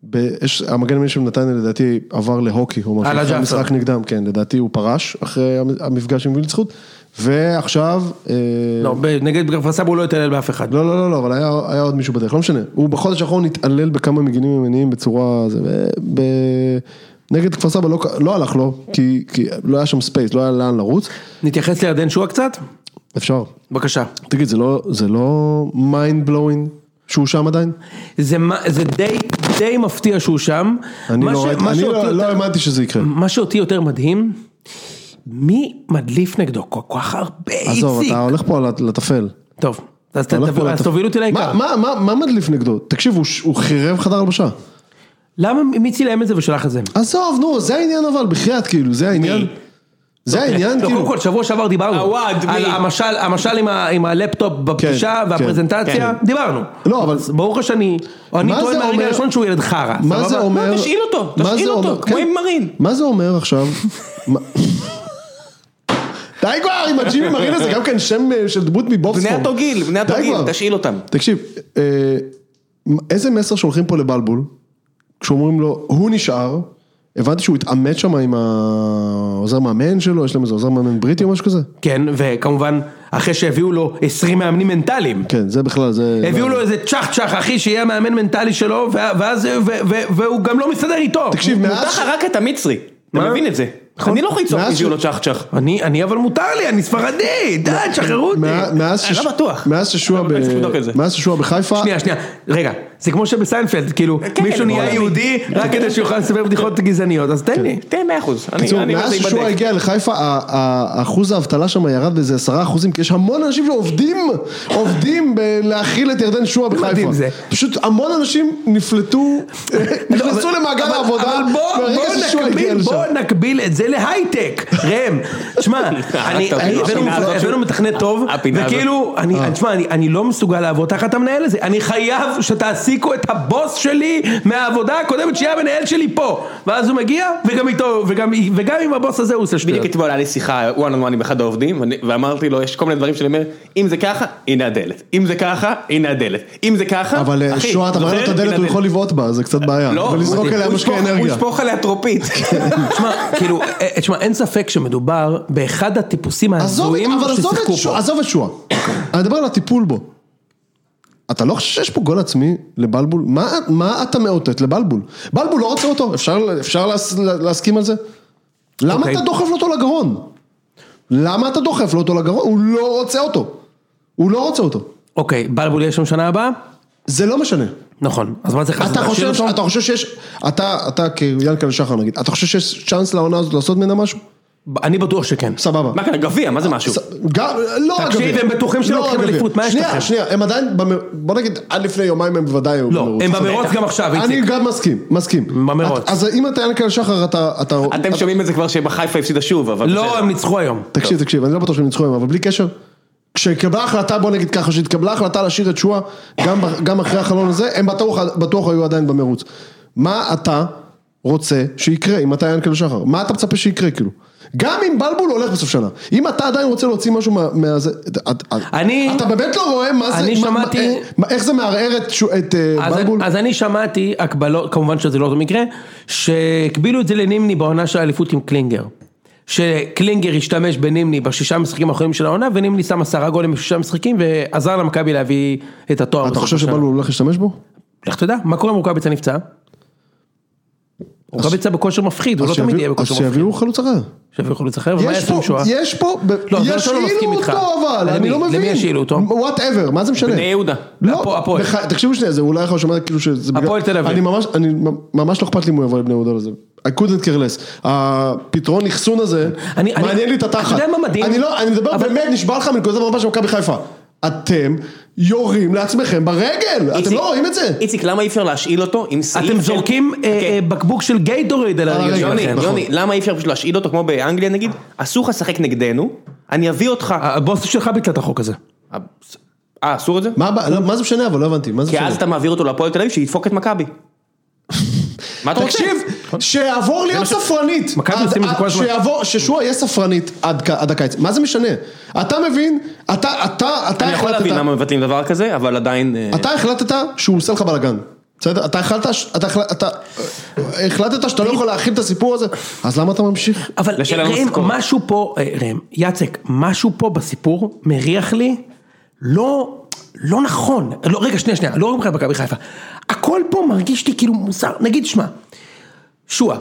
S1: ב- יש- המגן המין של נתניה לדעתי עבר להוקי, או משהו,
S3: אללה
S1: אחרי
S3: ג'עפר.
S1: משחק נגדם, כן, לדעתי הוא פרש אחרי המ- המפגש עם וילצחוט, ועכשיו, אה,
S3: לא, ב- נגד כפר סבא הוא לא יתעלל באף אחד.
S1: לא, לא, לא, לא, אבל היה, היה עוד מישהו בדרך, לא משנה. הוא בחודש האחרון התעלל בכמה מגינים ימניים בצורה... זה, ו- ב... נגד כפר סבא לא, ק- לא הלך לו, כי, כי לא היה שם ספייס, לא היה לאן לרוץ,
S3: נתייחס לירדן שועה קצת?
S1: אפשר.
S3: בבקשה.
S1: תגיד, זה לא, זה לא mind blowing שהוא שם עדיין?
S3: זה, מה- זה די, די מפתיע שהוא שם.
S1: אני
S3: מה ש-
S1: לא ראיתי,
S3: מה
S1: אני
S3: שאותי
S1: לא- לא
S3: יותר-
S1: האמנתי שזה יקרה.
S3: מה שאותי יותר מדהים, מי מדליף נגדו כל כך הרבה
S1: עזוב,
S3: איציק?
S1: אתה הולך פה על הטפל.
S3: טוב, אז ת-
S1: אתה הולך
S3: תב-
S1: פה על
S3: אז
S1: הטפל.
S3: תוביל אותי
S1: מה-
S3: לעיקר.
S1: מה- מה- מה מדליף נגדו? תקשיב, הוא ש- הוא חירב חדר הלבשה.
S3: למה מי צילם את זה ושלח את זה?
S1: עזוב, נו, זה העניין אבל, בחייאת, כאילו, זה העניין. זה העניין,
S3: לא, קודם
S1: כאילו.
S3: כל, שבוע שעבר דיברנו.
S2: עווד,
S3: על
S2: מי?
S3: המשל, המשל עם, ה, עם הלפטופ בפגישה
S1: כן,
S3: והפרזנטציה, דיברנו.
S1: לא, אבל-
S3: אז ברור לך שאני, או אני
S1: מה
S3: טוען
S1: זה
S3: מהרגע
S1: אומר-
S3: הראשון שהוא ילד חרא.
S1: מה
S3: סבבה?
S1: זה אומר...
S2: לא, תשאיל אותו,
S1: מה
S2: תשאיל
S1: זה
S2: אותו,
S1: אומר-
S2: כמו
S1: כן.
S2: עם מרין.
S1: מה זה אומר עכשיו? מה- די כבר, עם הג'ימי מרין הזה, גם כן שם אה, של דמות מבובסקום.
S2: בני אותו גיל, בני אותו
S1: די
S2: גיל,
S1: כבר.
S2: תשאיל אותם.
S1: תקשיב, אה, איזה מסר שולחים פה לבלבול, כשאומרים לו, הוא נשאר, הבנתי שהוא התעמת שם עם העוזר מאמן שלו, יש להם איזה עוזר מאמן בריטי או משהו כזה?
S3: כן, וכמובן, אחרי שהביאו לו 20 מאמנים מנטליים.
S1: כן, זה בכלל, זה...
S3: הביאו לו איזה צ'ח צ'ח אחי שיהיה המאמן מנטלי שלו וה- ואז ו- ו- והוא גם לא מסתדר איתו.
S1: תקשיב, מאז...
S2: מותר לך רק את המצרי, אתה
S3: מה?
S2: מבין את זה. אני לא יכול לצעוק
S1: מאז
S2: מישהו
S1: נכון. ש-
S2: לו צ'ח צ'ח.
S3: אני אני אבל מותר לי אני ספרדי די תשחררו אותי.
S1: מאז- מאז
S2: אני לא בטוח.
S1: מאז ששועה
S2: אבל צריך לבדוק את זה.
S1: ב- מאז ששועה בחיפה,
S3: שנייה שנייה רגע זה כמו שבסיינפלד כאילו
S2: כן,
S3: מישהו נהיה
S2: אבל-
S3: יהודי רק כדי שהוא יוכל לספר בדיחות גזעניות אז תן לי.
S2: תן מאה אחוז, אני-
S1: בקיצור,
S2: אני אומר
S1: מאז
S2: זה
S1: ששועה
S2: ייבדק.
S1: הגיע לחיפה, ה- ה- אחוז האבטלה שם ירד באיזה עשרה אחוזים, כי יש המון אנשים שעובדים, עובדים בלהכיל את ירדן שועה בחיפה.
S3: מדהים זה. לא,
S1: פשוט המון אנשים נפלטו, נכנסו
S3: אבל-
S1: למעגל
S3: אבל-
S1: העבודה,
S3: אבל בוא-
S1: ברגע
S3: בוא
S1: ששועה
S3: נקביל-
S1: הגיע לשם.
S3: בוא נקביל את זה להייטק, ראם, תשמע, אני-
S2: הפינה
S3: אני-
S2: הזאת.
S3: הבאנו-
S2: הפינה
S3: הבאנו
S2: הזאת.
S3: מתכנת טוב,
S2: הפינה הזאת.
S3: וכאילו, אני-
S1: אה.
S3: תשמע, אני- אני לא מסוגל לעבוד תחת המנהל הזה, אני חייב שתעסיקו את הבוס שלי מהעבודה הקודמת שהיה המנהל שלי פה, ואז הוא מגיע, וגם איתו, וגם- וגם עם הבוס הזה הוא עושה שטויות.
S2: בדיוק אתמול היה לי שיחה one on one עם אחד העובדים ואני- ואמרתי לו יש כל מיני דברים שאני אומר אם זה ככה הנה הדלת אם זה ככה הנה הדלת אם זה ככה
S1: אבל
S2: אחי,
S1: שועה, אתה מראה לו את
S2: זוכר?
S1: הדלת,
S2: הנה
S1: הוא יכול לבעוט בה, זה קצת בעיה.
S2: לא,
S1: ולזרוק
S2: הוא
S1: עליה משקה
S2: ישפוך- הוא
S1: אנרגיה.
S2: ישפוך עליה טרופית
S3: תשמע, כאילו, אה, תשמע, אין ספק שמדובר באחד הטיפוסים
S1: עזוב את-
S3: ההזויים
S1: אבל עזוב
S3: ששיחקו
S1: את שועה,
S3: פה.
S1: עזוב את שועה. אני מדבר על הטיפול בו. אתה לא חושב שיש פה גול עצמי לבלבול? מה, מה אתה מאותת לבלבול? בלבול לא רוצה אותו, אפשר, אפשר להס, להסכים על זה? למה
S3: אוקיי.
S1: אתה דוחף לו אותו לגרון? למה אתה דוחף לו אותו לגרון? הוא לא רוצה אותו. הוא לא רוצה אותו.
S3: אוקיי, בלבול יהיה שם שנה הבאה?
S1: זה לא משנה.
S3: נכון, אז מה צריך לעשות?
S1: אתה
S3: להשאיר
S1: חושב,
S3: אותו?
S1: אתה חושב שיש, אתה, אתה כיאנקל שחר נגיד, אתה חושב שיש צ'אנס לעונה הזאת לעשות ממנה משהו?
S3: אני בטוח שכן.
S1: סבבה.
S2: מה כאן הגביע מה זה משהו
S1: גם, לא הגביע.
S3: תקשיב, הם בטוחים שהם
S1: לא
S3: לוקחים
S1: הגביע.
S3: אליפות, מה יש לכם?
S1: שנייה, שנייה, הם עדיין, במ- בוא נגיד, עד לפני יומיים הם בוודאי היו
S3: לא, הם במרוץ גם עכשיו,
S1: אני
S3: איציק.
S1: גם מסכים, מסכים.
S3: במרוץ.
S1: את- אז אם אתה ינקל שחר, אתה... אתה-
S2: אתם שומעים את זה כבר שבחיפה הפסידה שוב אבל
S3: לא,
S2: בסדר.
S3: הם ניצחו היום.
S1: תקשיב, תקשיב, אני לא בטוח שהם ניצחו היום, אבל בלי קשר, כש- כשהתקבלה החלטה, בוא נגיד ככה, כשהתקבלה החלטה להשאיר את שואה, גם, ב- גם אחרי החלון הזה, הם בטוח, בטוח היו עדיין במרוץ. מה אתה רוצה שיקרה אם אתה ינקל שחר? מה אתה מצפה שיקרה כאילו? גם אם בלבול הולך בסוף שנה, אם אתה עדיין רוצה להוציא משהו מה- מהזה, את- את-
S3: אני-
S1: אתה באמת לא רואה מה זה,
S3: אני
S1: מה-
S3: שמעתי-
S1: מה- מה- איך זה מערער את ש- את אה,
S3: אז,
S1: בלבול?
S3: אז אני שמעתי הקבלות, כמובן שזה לא אותו מקרה, שהקבילו את זה לנימני בעונה של האליפות עם קלינגר. שקלינגר השתמש בנימני בשישה המשחקים האחרונים של העונה, ונימני שם עשרה גולים בשישה משחקים, ועזר למכבי להביא את התואר.
S1: אתה
S3: בסוף
S1: חושב
S3: השנה.
S1: שבלבול הולך להשתמש בו?
S3: לך תדע, מה קורה אם רוקאביצה נפצע? רוקאביצה בכושר מפחיד, הוא
S1: אז
S3: לא תמיד
S1: שיביאו-
S3: יהיה
S1: אז
S3: בכושר מפחיד.
S1: שיביאו חלוץ אחר.
S3: שיביאו חלוץ אחר, ומה
S1: יש
S3: יעשו
S1: פה,
S3: עם שואה?
S1: יש פה, ב-
S3: לא, זה לא שאני לא מסכים
S1: ישאילו
S3: איתך.
S1: אותו אבל,
S3: למי?
S1: אני לא מבין.
S3: למי ישאילו אותו?
S1: וואטאבר, מה זה משנה?
S2: בני יהודה.
S3: הפועל-
S1: לא,
S3: הפועל.
S1: בח- תקשיבו שנייה, זה אולי איך הוא שומע כאילו שזה... בגלל-
S3: הפועל תל אביב.
S1: אני ממש, אני ממש לא אכפת לי אם הוא יבוא לבני יהודה לזה. I couldn't care less. הפתרון אחסון הזה,
S3: אני- אני-
S1: מעניין לי את
S3: אתה
S1: התחת.
S3: יודע מה מדהים?
S1: אני לא, אני מדבר
S3: אבל-
S1: באמת, נשבע לך מנקודת המבט של מכבי חיפה. אתם יורים לעצמכם ברגל, אתם
S2: איציק-
S1: לא רואים את זה.
S2: איציק, למה אי אפשר להשאיל אותו עם סעיף
S3: אתם
S2: של-
S3: זורקים אה,
S2: כן.
S3: אה, בקבוק של גייטוריד על הרגל
S1: הרגל,
S2: יוני,
S3: שלכם.
S1: נכון.
S2: יוני, למה אי אפשר פשוט להשאיל אותו כמו באנגליה נגיד? אסור לך לשחק נגדנו, אני אביא אותך.
S3: הבוס שלך ביטל את החוק הזה.
S2: אה, אסור את זה?
S1: מה הבע- לא, מה זה משנה אבל, לא הבנתי, מה זה
S2: כי
S1: משנה?
S2: אז אתה מעביר אותו להפועל תל אביב שידפוק את מכבי. מה אתה רוצה?
S1: תקשיב, שיעבור להיות ספרנית.
S3: מכבי
S1: עד-
S3: עושים את זה
S1: עד-
S3: כל הזמן.
S1: שיעבור, ששועה יהיה ספרנית עד כ- עד הקיץ. מה זה משנה? אתה מבין, אתה, אתה, אתה
S2: אני יכול להבין
S1: החלטת,
S2: למה מבטלים דבר כזה, אבל עדיין... אה,
S1: אתה החלטת שהוא עושה לך בלאגן. בסדר? אתה החלטת, ש- אתה החל- אתה אה, החלטת שאתה לא יכול להכיל את הסיפור הזה, אז למה אתה ממשיך?
S3: אבל אה,
S2: לשלם
S3: ראם,
S2: משכורת.
S3: משהו פה, אה, ראם, יצק, משהו פה בסיפור מריח לי לא, לא נכון. לא, רגע, שנייה, שנייה, לא רק מבחינת מכבי חיפה. הכל פה מרגיש לי כאילו מוזר. נגיד, שמע, שועה,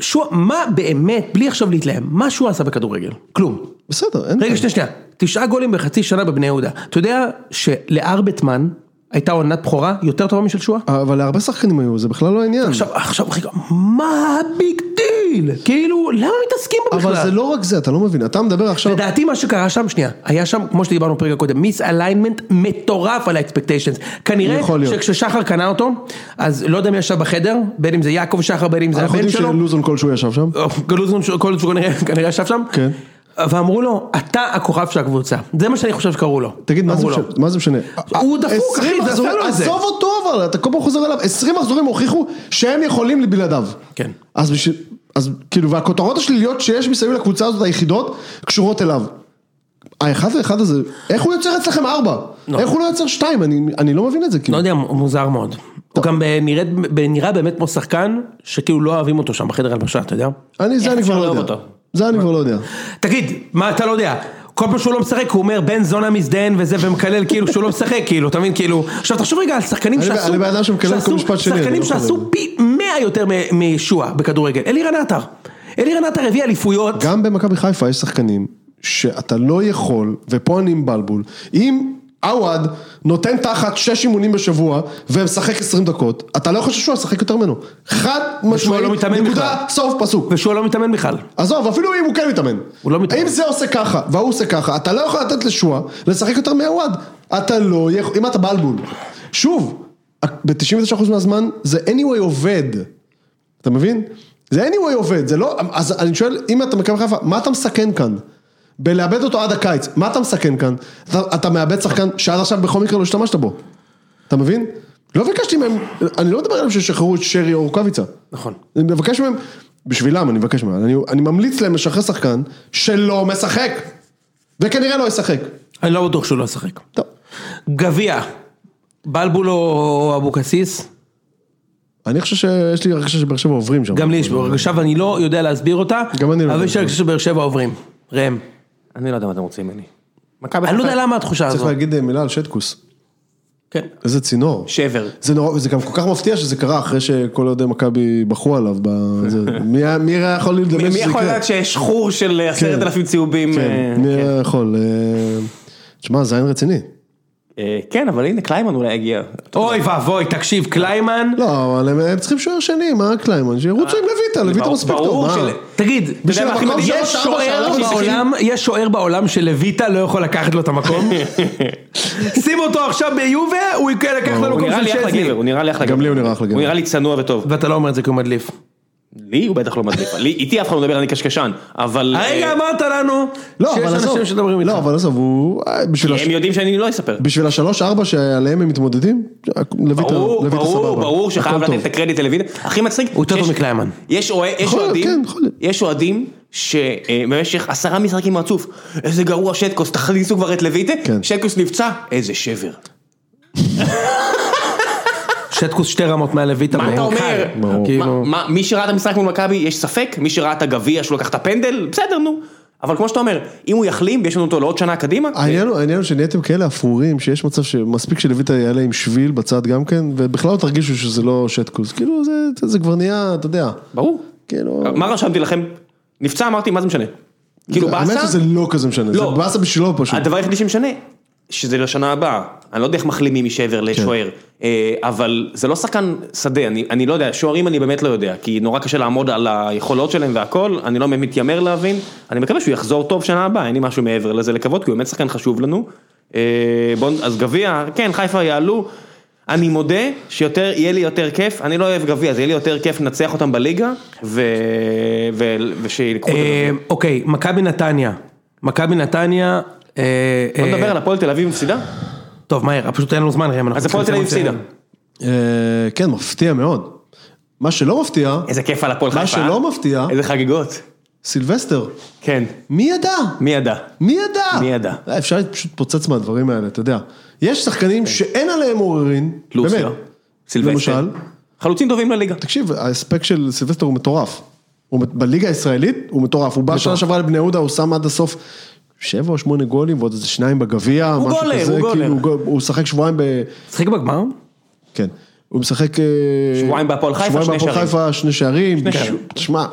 S3: שועה, מה באמת, בלי עכשיו להתלהם, מה שועה עשה בכדורגל? כלום.
S1: בסדר, אין...
S3: רגע, שנייה, שנייה. תשעה גולים בחצי שנה בבני יהודה. אתה יודע שלארבטמן הייתה עונת בכורה יותר טובה משל שועה?
S1: אה, אבל להרבה שחקנים היו, זה בכלל לא העניין.
S3: עכשיו, עכשיו, רגע, מה הביג דיל? כאילו, למה מתעסקים בו בכלל?
S1: אבל זה לא רק זה, אתה לא מבין, אתה מדבר עכשיו...
S3: לדעתי מה שקרה שם, שנייה, היה שם, כמו שדיברנו פרק הקודם, מיס אליינמנט מטורף על האקספקטיישנס. כנראה
S1: יכול להיות.
S3: שכששחר קנה אותו, אז לא יודע מי ישב בחדר, בין אם זה יעקב שחר, בין אם זה
S1: אנחנו
S3: הבן
S1: יודעים
S3: שלו,
S1: שלוזון כלשהו ישב שם.
S3: או, גלוזון ש- כל שהוא כנראה- כנראה ישב שם,
S1: כן.
S3: ואמרו לו, אתה הכוכב של הקבוצה. זה מה שאני חושב שקראו לו.
S1: תגיד, מה זה
S3: אמרו לו.
S1: משנה? מה זה משנה?
S3: הוא דפוק, אחי,
S1: 20
S3: זה עשה
S1: מחזורים-
S3: לו את זה.
S1: עזוב אותו אבל, אתה כל פעם חוזר אליו, 20 מחזורים הוכיחו שהם יכולים בלעדיו.
S3: כן.
S1: אז בשביל, אז כאילו, והכותרות השליליות שיש מסביב לקבוצה הזאת היחידות, קשורות אליו. האחד לאחד הזה, איך הוא יוצר אצלכם ארבע? איך הוא לא יוצר שתיים? אני, אני לא מבין את זה,
S3: לא
S1: כאילו.
S3: יודע, מוזר מאוד. הוא גם אה, נראית- נראה באמת כמו שחקן, שכאילו לא אוהבים אותו שם בחדר הלבשה, אתה יודע?
S1: אני, זה
S2: איך
S1: אני
S2: אפשר
S1: כבר לא
S2: לאהוב
S1: יודע.
S2: אותו?
S1: זה אני כבר לא יודע.
S3: תגיד, מה אתה לא יודע? כל פעם שהוא לא משחק הוא אומר בן זונה מזדיין וזה ומקלל כאילו שהוא לא משחק כאילו, אתה מבין כאילו, עכשיו תחשוב רגע על שחקנים
S1: אני-
S3: שעשו,
S1: אני בן אדם שמקלל כל
S3: שעשו-
S1: משפט שני, אני
S3: שחקנים
S1: לא יכול
S3: שעשו
S1: לדבר.
S3: פי 100 יותר מ- משועה בכדורגל, אלירן עטר, אלירן עטר הביא אליפויות,
S1: גם במכבי חיפה יש שחקנים שאתה לא יכול, ופה אני עם בלבול, אם עווד נותן תחת 6 אימונים בשבוע ומשחק 20 דקות, אתה לא חושב שהוא ישחק יותר ממנו. חד משמעית,
S3: לא מתאמן
S1: נקודה,
S3: בכלל.
S1: סוף פסוק.
S3: ושהוא לא מתאמן בכלל,
S1: עזוב, אפילו אם הוא כן מתאמן.
S3: הוא לא מתאמן.
S1: אם זה עושה ככה, והוא עושה ככה, אתה לא יכול לתת לשועה לשחק יותר מעווד. אתה לא יכול, אם אתה בלבול. שוב, ב-99% מהזמן זה anyway עובד. אתה מבין? זה anyway עובד, זה לא... אז אני שואל, אם אתה מקבל חיפה, מה אתה מסכן כאן? בלאבד אותו עד הקיץ, מה אתה מסכן כאן? אתה, אתה מאבד שחקן שעד עכשיו בכל מקרה לא השתמשת בו. אתה מבין? לא ביקשתי מהם, אני לא מדבר עליהם ששחררו את שרי או רוקאביצה.
S3: נכון.
S1: אני מבקש מהם, בשבילם אני מבקש מהם, אני, אני ממליץ להם לשחרר שחקן שלא משחק, וכנראה לא ישחק.
S3: אני לא בטוח שהוא לא ישחק.
S1: טוב,
S3: גביע, בלבול או אבוקסיס,
S1: אני חושב שיש לי הרגשה שבאר שבע עוברים שם.
S3: גם לי יש הרגשה ואני לא יודע להסביר אותה,
S1: גם אני לא
S3: אבל
S1: יודע.
S3: יש לי הרגשה שבאר שבע עוברים, ראם,
S2: אני לא יודע מה אתם רוצים ממני. מכבי
S3: אני לא
S2: חיפה-
S3: יודע למה התחושה
S1: צריך
S3: הזאת,
S1: להגיד אה, מילה על שטקוס,
S3: כן.
S1: איזה צינור.
S2: שבר.
S1: זה נורא, וזה גם כל כך מפתיע שזה קרה אחרי שכל אוהדי מכבי בכו עליו. בזה. מי היה- מי היה יכול לדמיין שזה
S2: מי-
S1: יקרה?
S2: מי יכול לדעת ששחרור של עשרת אלפים צהובים... אה,
S1: כן, מי היה יכול. אה, תשמע, זין רציני.
S2: אה, כן, אבל הנה קליימן אולי יגיע.
S3: אוי ואבוי, תקשיב, קליימן,
S1: לא, אבל הם- הם צריכים שוער שני, מה קליימן? שירוצו עם לויטה, לויטה
S2: ברור-
S1: מספיק טוב.
S2: ברור
S1: מה?
S2: של-
S3: תגיד,
S1: בשביל
S3: אתה יודע מה הכי
S1: המקום
S3: מדהים?
S1: שלוש,
S3: יש
S1: ארבע,
S3: שוער
S1: שלוש,
S3: בעולם, יש שוער בעולם שלויטה לא יכול לקחת לו את המקום. שים אותו עכשיו ביובה, הוא יקרה לקח לו
S2: הוא
S3: מקום
S2: נראה
S3: של
S2: לי אחלה
S3: שזני.
S2: גבר, הוא נראה לי אחלה גבר.
S1: גם לי הוא נראה אחלה גבר.
S2: הוא נראה לי צנוע וטוב.
S3: ואתה לא אומר את זה כי הוא מדליף.
S2: לי הוא בטח לא מדליף, לי- איתי אף אחד לא מדבר, אני קשקשן, אבל...
S3: הרגע
S2: אה,
S3: אמרת לנו
S1: לא,
S3: שיש
S1: אבל עזוב,
S3: אנשים שמדברים איתך.
S1: לא, אבל עזוב, הוא... אה, בשביל הש-
S2: הם יודעים שאני לא אספר.
S1: בשביל השלוש-ארבע שעליהם הם מתמודדים, לויטה
S2: ברור,
S1: לויטה סבבה.
S2: ברור, ברור שחייב
S1: הכל
S2: לתת
S1: טוב.
S2: את הקרדיט ללויטה. הכי מצחיק,
S3: הוא יותר טוב
S2: שיש-
S3: מקליימן.
S2: יש אוה- יש
S1: יכול להיות,
S2: אוהדים,
S1: כן, יכול להיות.
S2: יש אוהדים שבמשך עשרה משחקים רצוף, איזה גרוע שטקוס, תכניסו כבר את לויטה,
S1: כן.
S2: שטקוס נפצע, איזה שבר.
S3: שטקוס שתי רמות מהלויטה.
S2: מה אתה
S3: ברור.
S2: אומר?
S1: ברור.
S2: מה-
S3: כאילו-
S2: מה- מי שראה את המשחק מול מכבי, יש ספק? מי שראה את הגביע שהוא לקח את הפנדל? בסדר, נו. אבל כמו שאתה אומר, אם הוא יחלים ויש לנו אותו לעוד שנה קדימה,
S1: העניין הוא העניין הוא שנהייתם כאלה אפורים, שיש מצב שמספיק שלויטה יעלה עם שביל בצד גם כן, ובכלל לא תרגישו שזה לא שטקוס. כאילו, זה- זה כבר נהיה, אתה יודע.
S2: ברור.
S1: כאילו...
S2: מה רשמתי לכם? נפצע אמרתי, מה זה משנה? כאילו
S1: האמת
S2: באסה?
S1: שזה לא כזה משנה, זה
S2: לא.
S1: באסה בשבילו פשוט.
S2: הדבר היחידי שמשנה, שזה לשנה הבאה. אני לא יודע איך מחלימים משבר לשוער, אה, אבל זה לא שחקן שדה, אני, אני לא יודע, שוערים אני באמת לא יודע, כי נורא קשה לעמוד על היכולות שלהם והכל, אני לא מתיימר להבין, אני מקווה שהוא יחזור טוב שנה הבאה, אין לי משהו מעבר לזה לקוות, כי הוא באמת שחקן חשוב לנו. אה, בוא, נ- אז גביע, כן, חיפה יעלו. אני מודה שיותר, יהיה לי יותר כיף, אני לא אוהב גביע, אז יהיה לי יותר כיף לנצח אותם בליגה, ו... ו... ושילקחו את הגביע.
S3: אה, אוקיי, מכבי נתניה. מכבי נתניה. אה,
S2: בוא
S3: אה,
S2: נדבר על הפועל תל אביב מפסידה?
S3: טוב, מהר, פשוט אין לנו זמן ראם. אנחנו
S2: אז הפועל תל
S3: צריכים
S2: אביב
S3: לסיים.
S2: הפסידה.
S1: אה, כן, מפתיע מאוד. מה שלא מפתיע,
S2: איזה כיף על הפועל חיפה.
S1: מה
S2: אה?
S1: שלא מפתיע,
S2: איזה חגיגות.
S1: סילבסטר.
S2: כן.
S1: מי ידע?
S2: מי ידע?
S1: מי ידע?
S2: מי ידע?
S1: אה, אפשר פשוט להתפוצץ מהדברים האלה, אתה יודע. יש שחקנים שאין עליהם עוררין,
S2: לוסיה.
S1: באמת.
S2: כן. סילבסטר.
S1: למשל?
S2: חלוצים טובים לליגה.
S1: תקשיב, ההספק של סילבסטר הוא מטורף. הוא מת- בליגה הישראלית הוא מטורף. הוא בא שנה שעברה לבני יהודה, הוא שם עד הסוף שבע או שמונה גולים ועוד איזה שניים בגביע, משהו
S2: גולר,
S1: כזה.
S2: הוא גולר.
S1: כאילו, גול- הוא משחק שבועיים ב...
S3: שיחק בגמר?
S1: כן. הוא משחק... אה,
S2: שבועיים בהפועל חיפה,
S1: שבועיים
S2: שני
S1: בהפועל
S2: שערים.
S1: חיפה, שני שערים.
S2: שני שערים.
S1: ש- תשמע,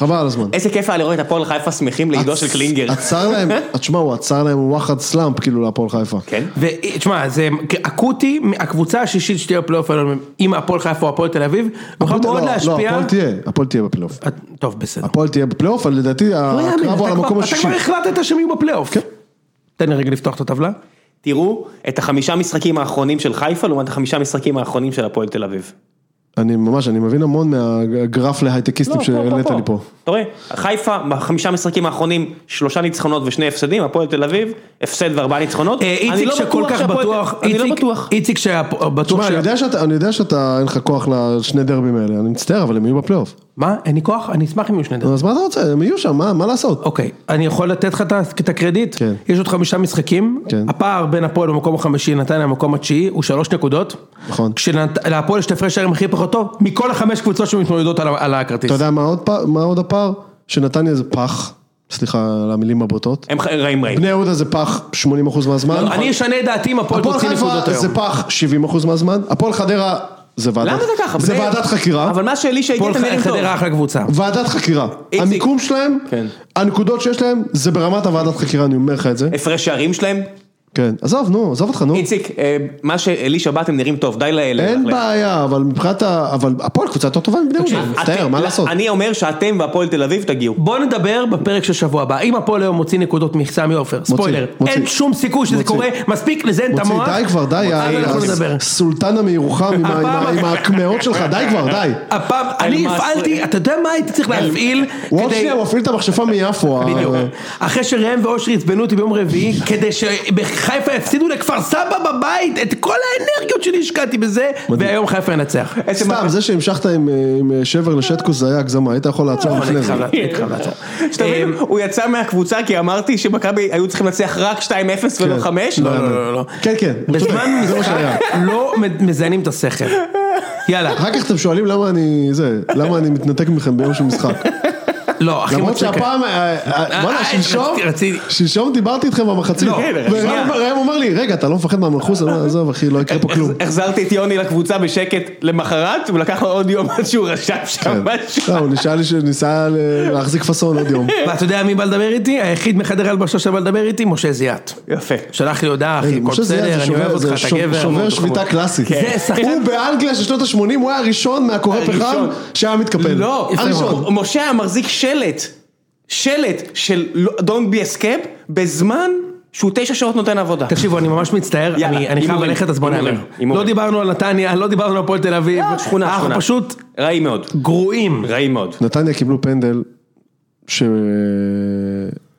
S1: חבל על הזמן.
S2: איזה כיף היה לראות את הפועל חיפה שמחים לעידו של קלינגר.
S1: עצר להם, תשמע, הוא עצר להם וואחד סלאמפ כאילו להפועל חיפה.
S2: כן.
S3: ותשמע, זה אקוטי, הקבוצה השישית שתהיה בפלייאוף העליון, אם הפועל חיפה או הפועל תל אביב, יכול נכון, מאוד
S1: לא,
S3: להשפיע.
S1: לא, הפועל תהיה, הפועל תהיה בפלייאוף.
S3: את- טוב, בסדר.
S1: הפועל תהיה בפלייאוף, אבל לדעתי
S3: לא יאמן,
S1: הקרב הוא
S3: אתה
S1: על המקום
S3: כבר-
S1: השישי. כן.
S3: אתה כבר החלטת שהם יהיו בפלייאוף. תן לי רגע לפתוח את הטבלה. אה,
S2: תראו את החמישה משחקים האחרונים של חיפה לעומת החמישה משחקים האחרונים של הפועל תל אביב.
S1: אני ממש, אני מבין המון מהגרף
S3: לא,
S1: להייטקיסטים שהעלית לי פה.
S2: אתה רואה? חיפה, בחמישה משחקים האחרונים, שלושה ניצחונות ושני הפסדים, הפועל תל אביב, הפסד וארבעה ניצחונות.
S3: אה,
S2: אני
S3: איציק
S2: לא
S3: שכל כך
S2: שהפועל-
S3: בטוח,
S2: אני לא
S3: איציק-
S2: בטוח.
S3: איציק שהיה בטוח,
S1: תשמע,
S3: שה-
S1: אני יודע שאתה, אני יודע שאתה, אין לך כוח לשני דרבים האלה, אני מצטער, אבל הם יהיו בפלייאוף.
S3: מה? אין לי כוח? אני אשמח אם יהיו שני דברים.
S1: אז מה אתה רוצה, הם יהיו שם, מה- מה לעשות?
S3: אוקיי, אני יכול לתת לך את ה- את הקרדיט?
S1: כן.
S3: יש עוד חמישה משחקים,
S1: כן.
S3: הפער בין הפועל במקום החמישי לנתניה במקום התשיעי הוא שלוש נקודות.
S1: נכון.
S3: כשלהפועל יש את הפרש שערים הכי פחות טוב, מכל החמש קבוצות שמתמודדות על ה- על הכרטיס.
S1: אתה יודע מה עוד פ- מה עוד הפער? שנתניה זה פח, סליחה על המילים הבוטות.
S2: הם ח- רעים רעים.
S1: בני יהודה זה פח 80% מהזמן.
S3: לא, אני אשנה את דעתי אם הפועל
S1: הפועל
S3: תוציא
S1: חיפה
S3: נקודות היום.
S1: זה פח 70% מהזמן. הפועל חדרה זה ועדת...
S2: למה זה ככה?
S1: זה
S2: בני-
S1: ועדת חקירה.
S2: אבל מאז שאלישע הגיע
S3: הפועל
S2: אתם נראים טוב.
S3: חדרה אחלה קבוצה.
S1: ועדת חקירה.
S2: איציק.
S1: המיקום שלהם,
S2: כן.
S1: הנקודות שיש להם, זה ברמת הוועדת חקירה, אני אומר לך את זה.
S2: הפרש שערים שלהם,
S1: כן. עזוב, נו, עזוב אותך, נו.
S2: אה. איציק, אה, מה שאלישע בא אתם נראים טוב, די לאלה.
S1: אוקיי. אין בעיה, אבל מבחינת ה... אבל הפועל קבוצה יותר טובה מבני יהודה,
S2: אתם-
S1: מצטער, מה לעשות?
S2: אני אומר שאתם והפועל תל אביב תגיעו.
S3: בוא נדבר בפרק של שבוע הבא, אם הפועל היום מוציא נקודות מחסם עופר, ספוילר,
S1: מוציא.
S3: אין שום סיכוי שזה
S1: מוציא.
S3: קורה, מספיק לזיין את
S1: מוציא,
S3: המוח,
S1: די כבר, די,
S3: אז
S1: ה-
S3: אנחנו
S1: הס-
S3: נדבר.
S1: סולטנה מירוחם עם ה- עם ה- עם הקמעות שלך, די כבר, די.
S3: הפעם, אני
S2: אל-מסרי.
S3: הפעלתי, אתה יודע מה הייתי צריך להפעיל,
S1: הוא עוד
S3: כדי-
S1: שנייה מפעיל את המכשפה מיפו. אה, ה-
S3: בדיוק. אחרי שראם ואושרי עצבנו אותי ביום רביעי, כדי שחיפה יפסידו לכפר סבא בבית, את כל האנרגיות שלי השקעתי בזה, והיום חיפה ינצח.
S1: סתם, זה שהמשכת עם- אה, עם שבר לשטקוס זה היה הגזמה, היית יכול לעצור לפני זה.
S2: שתבין,
S1: אה,
S2: הוא יצא מהקבוצה כי אמרתי שמכבי היו צריכים לנצח רק 2-0 ולא
S1: כן.
S2: 5.
S1: לא, לא, לא, לא. כן, כן. הוא צודק,
S3: בזמן
S1: זה מה שהיה.
S3: משחק לא מזיינים את השכל. יאללה,
S1: אחר כך אתם שואלים למה אני, זה, למה אני מתנתק מכם ביום של משחק.
S3: לא, הכי
S1: למרות
S3: מצחיק.
S1: שהפעם, אה, אה,
S3: אה,
S1: בואנה, שלשום,
S3: רציתי- רציתי.
S1: שלשום דיברתי איתכם במחצית.
S3: לא,
S2: בסדר,
S1: וראם ראם אומר לי, רגע, אתה לא מפחד מהמלכוס? אני אומר, עזוב, אחי, לא יקרה פה כלום.
S2: החזרתי את יוני לקבוצה בשקט למחרת, ולקח לו עוד יום עד שהוא רשם
S1: כן.
S2: שם משהו.
S1: לא, הוא נשאל לי שניסה ל- להחזיק פאסון עוד יום.
S3: ואתה יודע מי בא לדבר איתי? היחיד מחדר הלבשה שבא לדבר איתי? משה זיאת.
S2: יפה.
S3: שלח לי הודעה, אחי, הכל
S1: כן, משה זיאד
S3: בסדר,
S1: זה
S3: אני אוהב
S1: שובר-
S3: אותך,
S1: זה
S3: אתה
S1: שוב-
S3: גבר.
S1: שובר
S3: אמרתי,
S1: שביתה
S3: "חמוד".
S1: קלאסית.
S3: כן. זה שחקן-
S1: הוא באנגליה של שנות ה-80, הוא היה הראשון מהקורא פחם
S2: הראשון.
S1: שהיה מתקפל.
S2: לא,
S1: הראשון.
S2: מ- משה היה מחזיק שלט, שלט של לא- Don't be escape, בזמן שהוא תשע שעות נותן עבודה.
S3: תקשיבו, אני ממש מצטער,
S2: יאללה,
S3: אני, אני חייב
S2: הימורים,
S3: ללכת, אז בוא
S2: הימורים,
S3: נהמר.
S2: הימורים.
S3: לא דיברנו על נתניה, לא דיברנו על הפועל תל אביב.
S2: לא,
S1: אה,
S2: שכונה,
S3: אנחנו
S2: שכונה.
S3: פשוט
S2: רעים מאוד,
S3: גרועים.
S2: רעים מאוד.
S1: נתניה קיבלו פנדל, ש...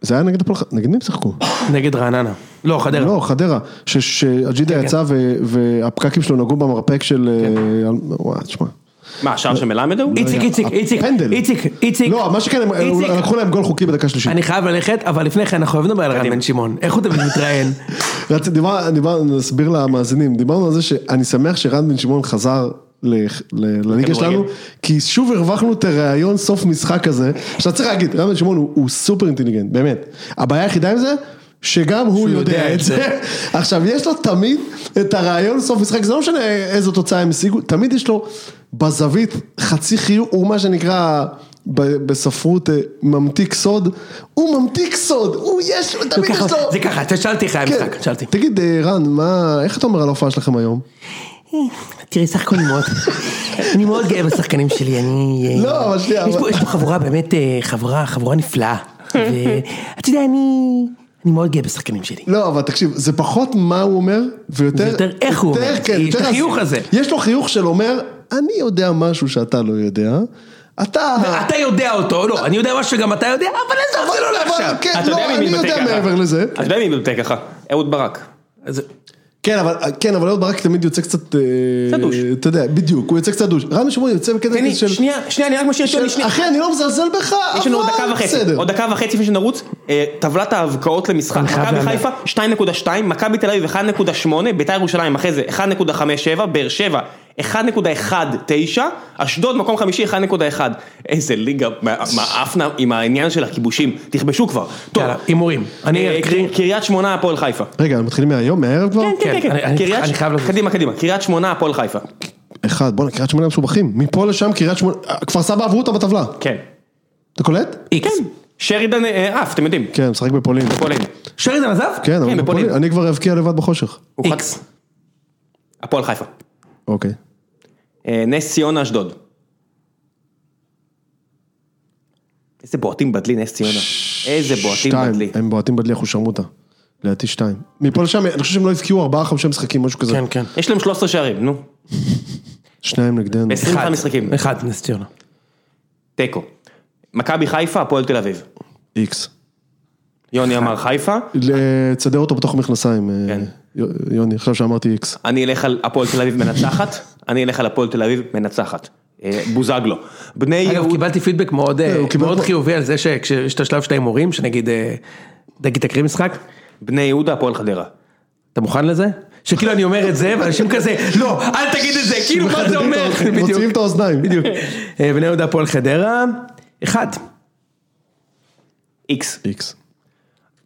S1: זה היה נגד הפועל, ח- נגד מי הם שיחקו?
S3: נגד רעננה. לא, חדרה. כן,
S1: לא, חדרה, ש- שהג'ידה יצא ו- והפקקים שלו נגעו במרפק של... אה, על- וואי, תשמע.
S2: מה, השער של מלמד ההוא?
S3: איציק, איציק, איציק,
S1: הפנדל.
S3: איציק, איציק.
S1: לא, מה שכן, הם
S3: איציק.
S1: לקחו להם גול חוקי בדקה שלישית.
S3: אני חייב ללכת, אבל לפני כן אנחנו חייבים לדבר על רן בן שמעון. איך הוא תמיד מתראיין?
S1: רצ- דיבר- דיבר- נסביר למאזינים, דיברנו על זה שאני שמח שרן בן שמעון חזר ל- ל- לליגה שלנו, כי שוב הרווחנו את הראיון סוף משחק הזה. עכשיו צריך להגיד, רן בן שמעון הוא הוא סופר אינטליגנט, באמת. הבעיה היחידה עם זה, שגם הוא יודע את זה. עכשיו, יש לו תמיד את הראיון סוף משחק, זה לא משנה איזו תוצאה הם השיגו, תמיד יש לו בזווית חצי חיוך, הוא מה שנקרא... ב- בספרות אה, ממתיק סוד, הוא ממתיק סוד, הוא יש, לו- תמיד יש לו...
S3: זה ככה, שאלתי חיים
S1: כן.
S3: משחק, שאלתי.
S1: תגיד, אה, רן, מה, איך אתה אומר על ההופעה שלכם היום?
S4: תראי, סך הכל אני מאוד, אני מאוד גאה בשחקנים שלי, אני... אה,
S1: לא, אבל שנייה,
S4: יש פה-
S1: אבל-
S4: יש פה חבורה באמת, אה, חבורה, חבורה נפלאה. ואתה יודע, אני... אני מאוד גאה בשחקנים שלי.
S1: לא, אבל תקשיב, זה פחות מה הוא אומר, ויותר...
S4: ויותר איך הוא
S1: יותר,
S4: אומר,
S1: כן,
S4: כי
S1: יותר
S4: יש את
S1: אז-
S3: החיוך הזה.
S1: יש לו חיוך של אומר, אני יודע משהו שאתה לא יודע, אתה...
S3: אתה יודע אותו, לא, אני יודע מה שגם אתה יודע, אבל עזוב, זה לא
S1: אבל-
S3: לעכשיו.
S1: כן,
S2: אתה
S1: לא,
S2: יודע מי
S1: אני
S2: מתבטא
S1: יודע
S2: ככה.
S1: מעבר לזה.
S2: אתה יודע מי מתבטא ככה? אהוד ברק.
S3: אז-
S1: כן, אבל, כן, אבל אהוד ברק תמיד יוצא קצת... אה,
S2: קצת דוש.
S1: אתה יודע, בדיוק, הוא יוצא קצת דוש. רן שמואל יוצא בקטע
S2: תן לי,
S1: כזה של...
S2: שנייה, שנייה, אני רק משאיר
S1: של,
S2: שאני שנייה.
S1: אחי, אני לא מזלזל בך, אבל
S2: יש לנו עוד דקה וחצי,
S1: בסדר.
S2: עוד דקה וחצי לפני שנרוץ, אה, טבלת ההבקעות למשחק,
S4: חייב
S2: מכבי
S4: להמר.
S2: חיפה 2.2, מכבי תל אביב 1.8, ביתר ירושלים אחרי זה 1.57, באר שבע 1.19, אשדוד מקום חמישי 1.1, איזה ליגה, מה- מעפנה עם העניין של הכיבושים, תכבשו כבר, טוב,
S3: יאללה, הימורים. אני
S2: אה,
S3: אקריא.
S2: קריית שמונה הפועל חיפה,
S1: רגע, מתחילים מהיום, מהערב כבר?
S3: כן, אני- אני-
S2: קריית-
S3: אני חייב לזוז.
S2: קדימה קדימה, קריית שמונה הפועל חיפה,
S1: אחד, בואנה, קריית שמונה משובחים. מפה לשם, קריית שמונה... אה, כפר סבא עברו אותה בטבלה.
S2: כן,
S1: אתה קולט?
S3: איקס.
S2: שרידן אה, עף, אתם יודעים,
S1: כן, משחק בפולין.
S2: פולין,
S3: שרידן עזב?
S1: כן, אבל
S2: בפולין.
S1: בפולין. אני כבר אבקיע לבד בחושך.
S2: הוא
S3: איקס.
S2: חד- הפועל חיפה,
S1: אוקיי.
S2: אה, נס ציונה אשדוד. איזה בועטים בדלי נס ציונה. איזה בועטים
S1: שתיים,
S2: בדלי.
S1: הם בועטים בדלי אחושרמוטה. לדעתי שתיים. מפה לשם, אני חושב שהם לא הבקיעו ארבעה חמישה משחקים, משהו כזה.
S3: כן, כן.
S2: יש להם 13 שערים, נו.
S1: שניים נגדנו.
S2: בסדר. 25 משחקים.
S3: אחד, נס ציונה.
S2: תיקו. מכבי חיפה, הפועל תל אביב.
S1: איקס.
S2: יוני אמר חיפה,
S1: לצדר אותו בתוך המכנסיים. אה,
S2: כן.
S1: י- יוני, עכשיו שאמרתי איקס.
S2: אני אלך על הפועל תל אביב מנצחת, אני אלך על הפועל תל אביב מנצחת. אה, בוזגלו. בני
S3: אגב,
S2: יהוד,
S3: קיבלתי פידבק מאוד אה,
S1: לא, הוא קיבל
S3: מאוד
S1: פה-
S3: חיובי על זה שכשיש את השלב של ההימורים, שנגיד, אה, נגיד תקריא משחק,
S2: בני יהודה, הפועל חדרה.
S3: אתה מוכן לזה? שכאילו אני אומר את זה, ואנשים כזה, לא, אל תגיד את זה, כאילו מה זה אומר, בדיוק.
S1: מוציאים את האוזניים.
S3: בדיוק. אה, בני יהודה הפועל חדרה, אחד.
S2: איקס.
S1: איקס.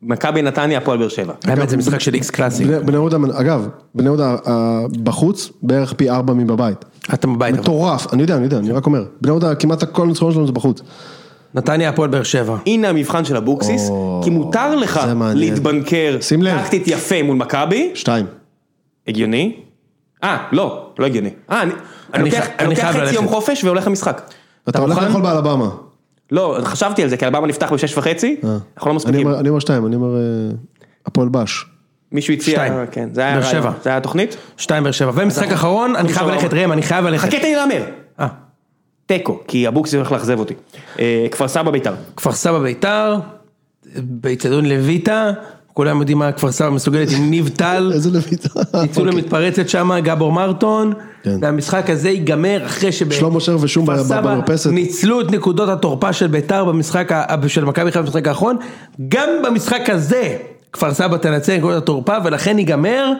S2: מכבי נתניה, הפועל באר שבע.
S3: האמת זה משחק של איקס קלאסי.
S1: בני בני יהודה, אגב, בני יהודה אה, בחוץ, בערך פי ארבע מבבית.
S3: אתה בבית. אבל.
S1: מטורף, אני יודע, אני יודע, אני רק אומר. בני יהודה, כמעט כל הניצחון שלנו זה בחוץ.
S3: נתניה הפועל באר שבע.
S2: הנה המבחן של אבוקסיס,
S1: או,
S2: כי מותר לך
S1: זה מעניין.
S2: להתבנקר
S1: שים לב.
S2: טקטית יפה מול מכבי,
S1: שתיים.
S2: הגיוני? אה, לא, לא הגיוני. אה, אני, אני לוקח,
S3: ח-
S2: אני
S3: אני
S2: לוקח
S3: חייב
S2: חצי
S3: ללכת.
S2: יום חופש והולך למשחק.
S1: אתה הולך
S3: מוכן?
S1: לאכול באלבמה.
S2: לא, חשבתי על זה, כי אלבמה נפתח בשש וחצי, אנחנו לא
S1: אה. אני
S2: מספיקים.
S1: אומר- אני אומר שתיים, אני אומר אה, הפועל בש.
S2: מישהו הציע,
S3: שתיים.
S2: כן, זה היה
S3: באר
S2: הרעיון.
S3: שבע.
S2: זה היה התוכנית.
S3: שתיים באר שבע.
S1: נכון.
S3: ומשחק אחרון, אני חייב
S2: שבע.
S3: ללכת, ראם, אני חייב ללכת.
S2: חכה תן לי להמר.
S3: אה,
S2: תיקו, כי אבוקסיס הולך לאכזב אותי. אה, כפר סבא בית"ר.
S3: כפר סבא ביתר, באיצטדיון לויטה, כולם יודעים מה כפר סבא מסוגלת עם ניב טל.
S1: איזה לויטה.
S3: יצאו
S1: אוקיי.
S3: למתפרצת שם גבור מרטון,
S1: כן.
S3: והמשחק הזה ייגמר אחרי שב...
S1: שלמה שר ושום ב-
S3: כפר סבא
S1: במרפסת.
S3: ניצלו את נקודות התורפה של ביתר במשחק, ה- ה- של מכבי חיפה במשחק האחרון, גם במשחק הזה כפר סבא תנצל את נקודות התורפה ולכן ייגמר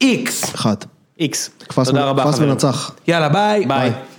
S3: איקס.
S1: אחת.
S2: איקס.
S1: קפץ
S2: תודה
S1: מ-
S2: רבה
S1: קפץ
S2: חברים.
S1: מנצח.
S3: יאללה ביי.
S2: ביי.
S1: ביי.